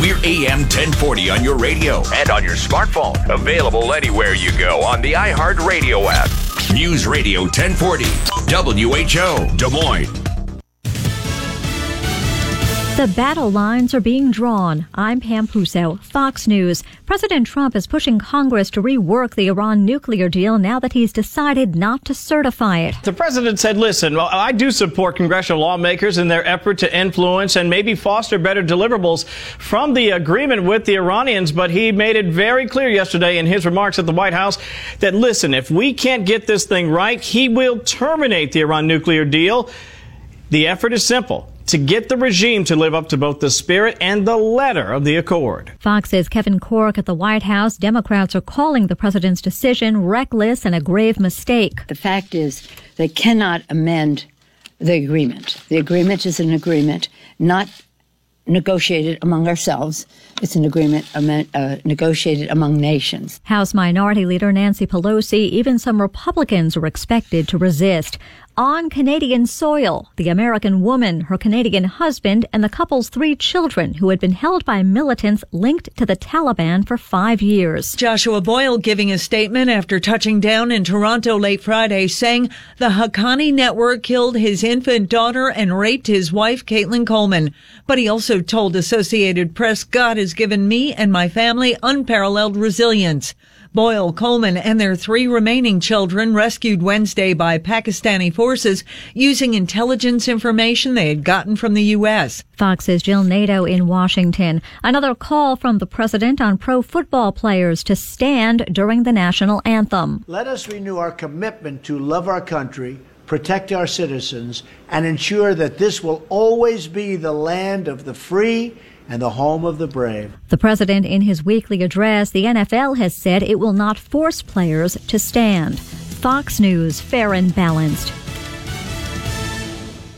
[SPEAKER 1] We're AM 1040 on your radio and on your smartphone. Available anywhere you go on the iHeartRadio app. News Radio 1040, WHO, Des Moines.
[SPEAKER 10] The battle lines are being drawn. I'm Pam Puso, Fox News. President Trump is pushing Congress to rework the Iran nuclear deal now that he's decided not to certify it.
[SPEAKER 11] The president said, listen, well, I do support congressional lawmakers in their effort to influence and maybe foster better deliverables from the agreement with the Iranians, but he made it very clear yesterday in his remarks at the White House that, listen, if we can't get this thing right, he will terminate the Iran nuclear deal. The effort is simple to get the regime to live up to both the spirit and the letter of the accord.
[SPEAKER 10] Fox's Kevin Cork at the White House, Democrats are calling the president's decision reckless and a grave mistake.
[SPEAKER 12] The fact is, they cannot amend the agreement. The agreement is an agreement not negotiated among ourselves, it's an agreement amen- uh, negotiated among nations.
[SPEAKER 10] House Minority Leader Nancy Pelosi, even some Republicans are expected to resist. On Canadian soil, the American woman, her Canadian husband, and the couple's three children who had been held by militants linked to the Taliban for five years.
[SPEAKER 13] Joshua Boyle giving a statement after touching down in Toronto late Friday, saying the Haqqani network killed his infant daughter and raped his wife, Caitlin Coleman. But he also told Associated Press, God has given me and my family unparalleled resilience. Boyle, Coleman, and their three remaining children rescued Wednesday by Pakistani forces using intelligence information they had gotten from the U.S.
[SPEAKER 10] Fox's Jill Nato in Washington. Another call from the president on pro football players to stand during the national anthem.
[SPEAKER 14] Let us renew our commitment to love our country, protect our citizens, and ensure that this will always be the land of the free and the home of the brave.
[SPEAKER 10] The president, in his weekly address, the NFL has said it will not force players to stand. Fox News, fair and balanced.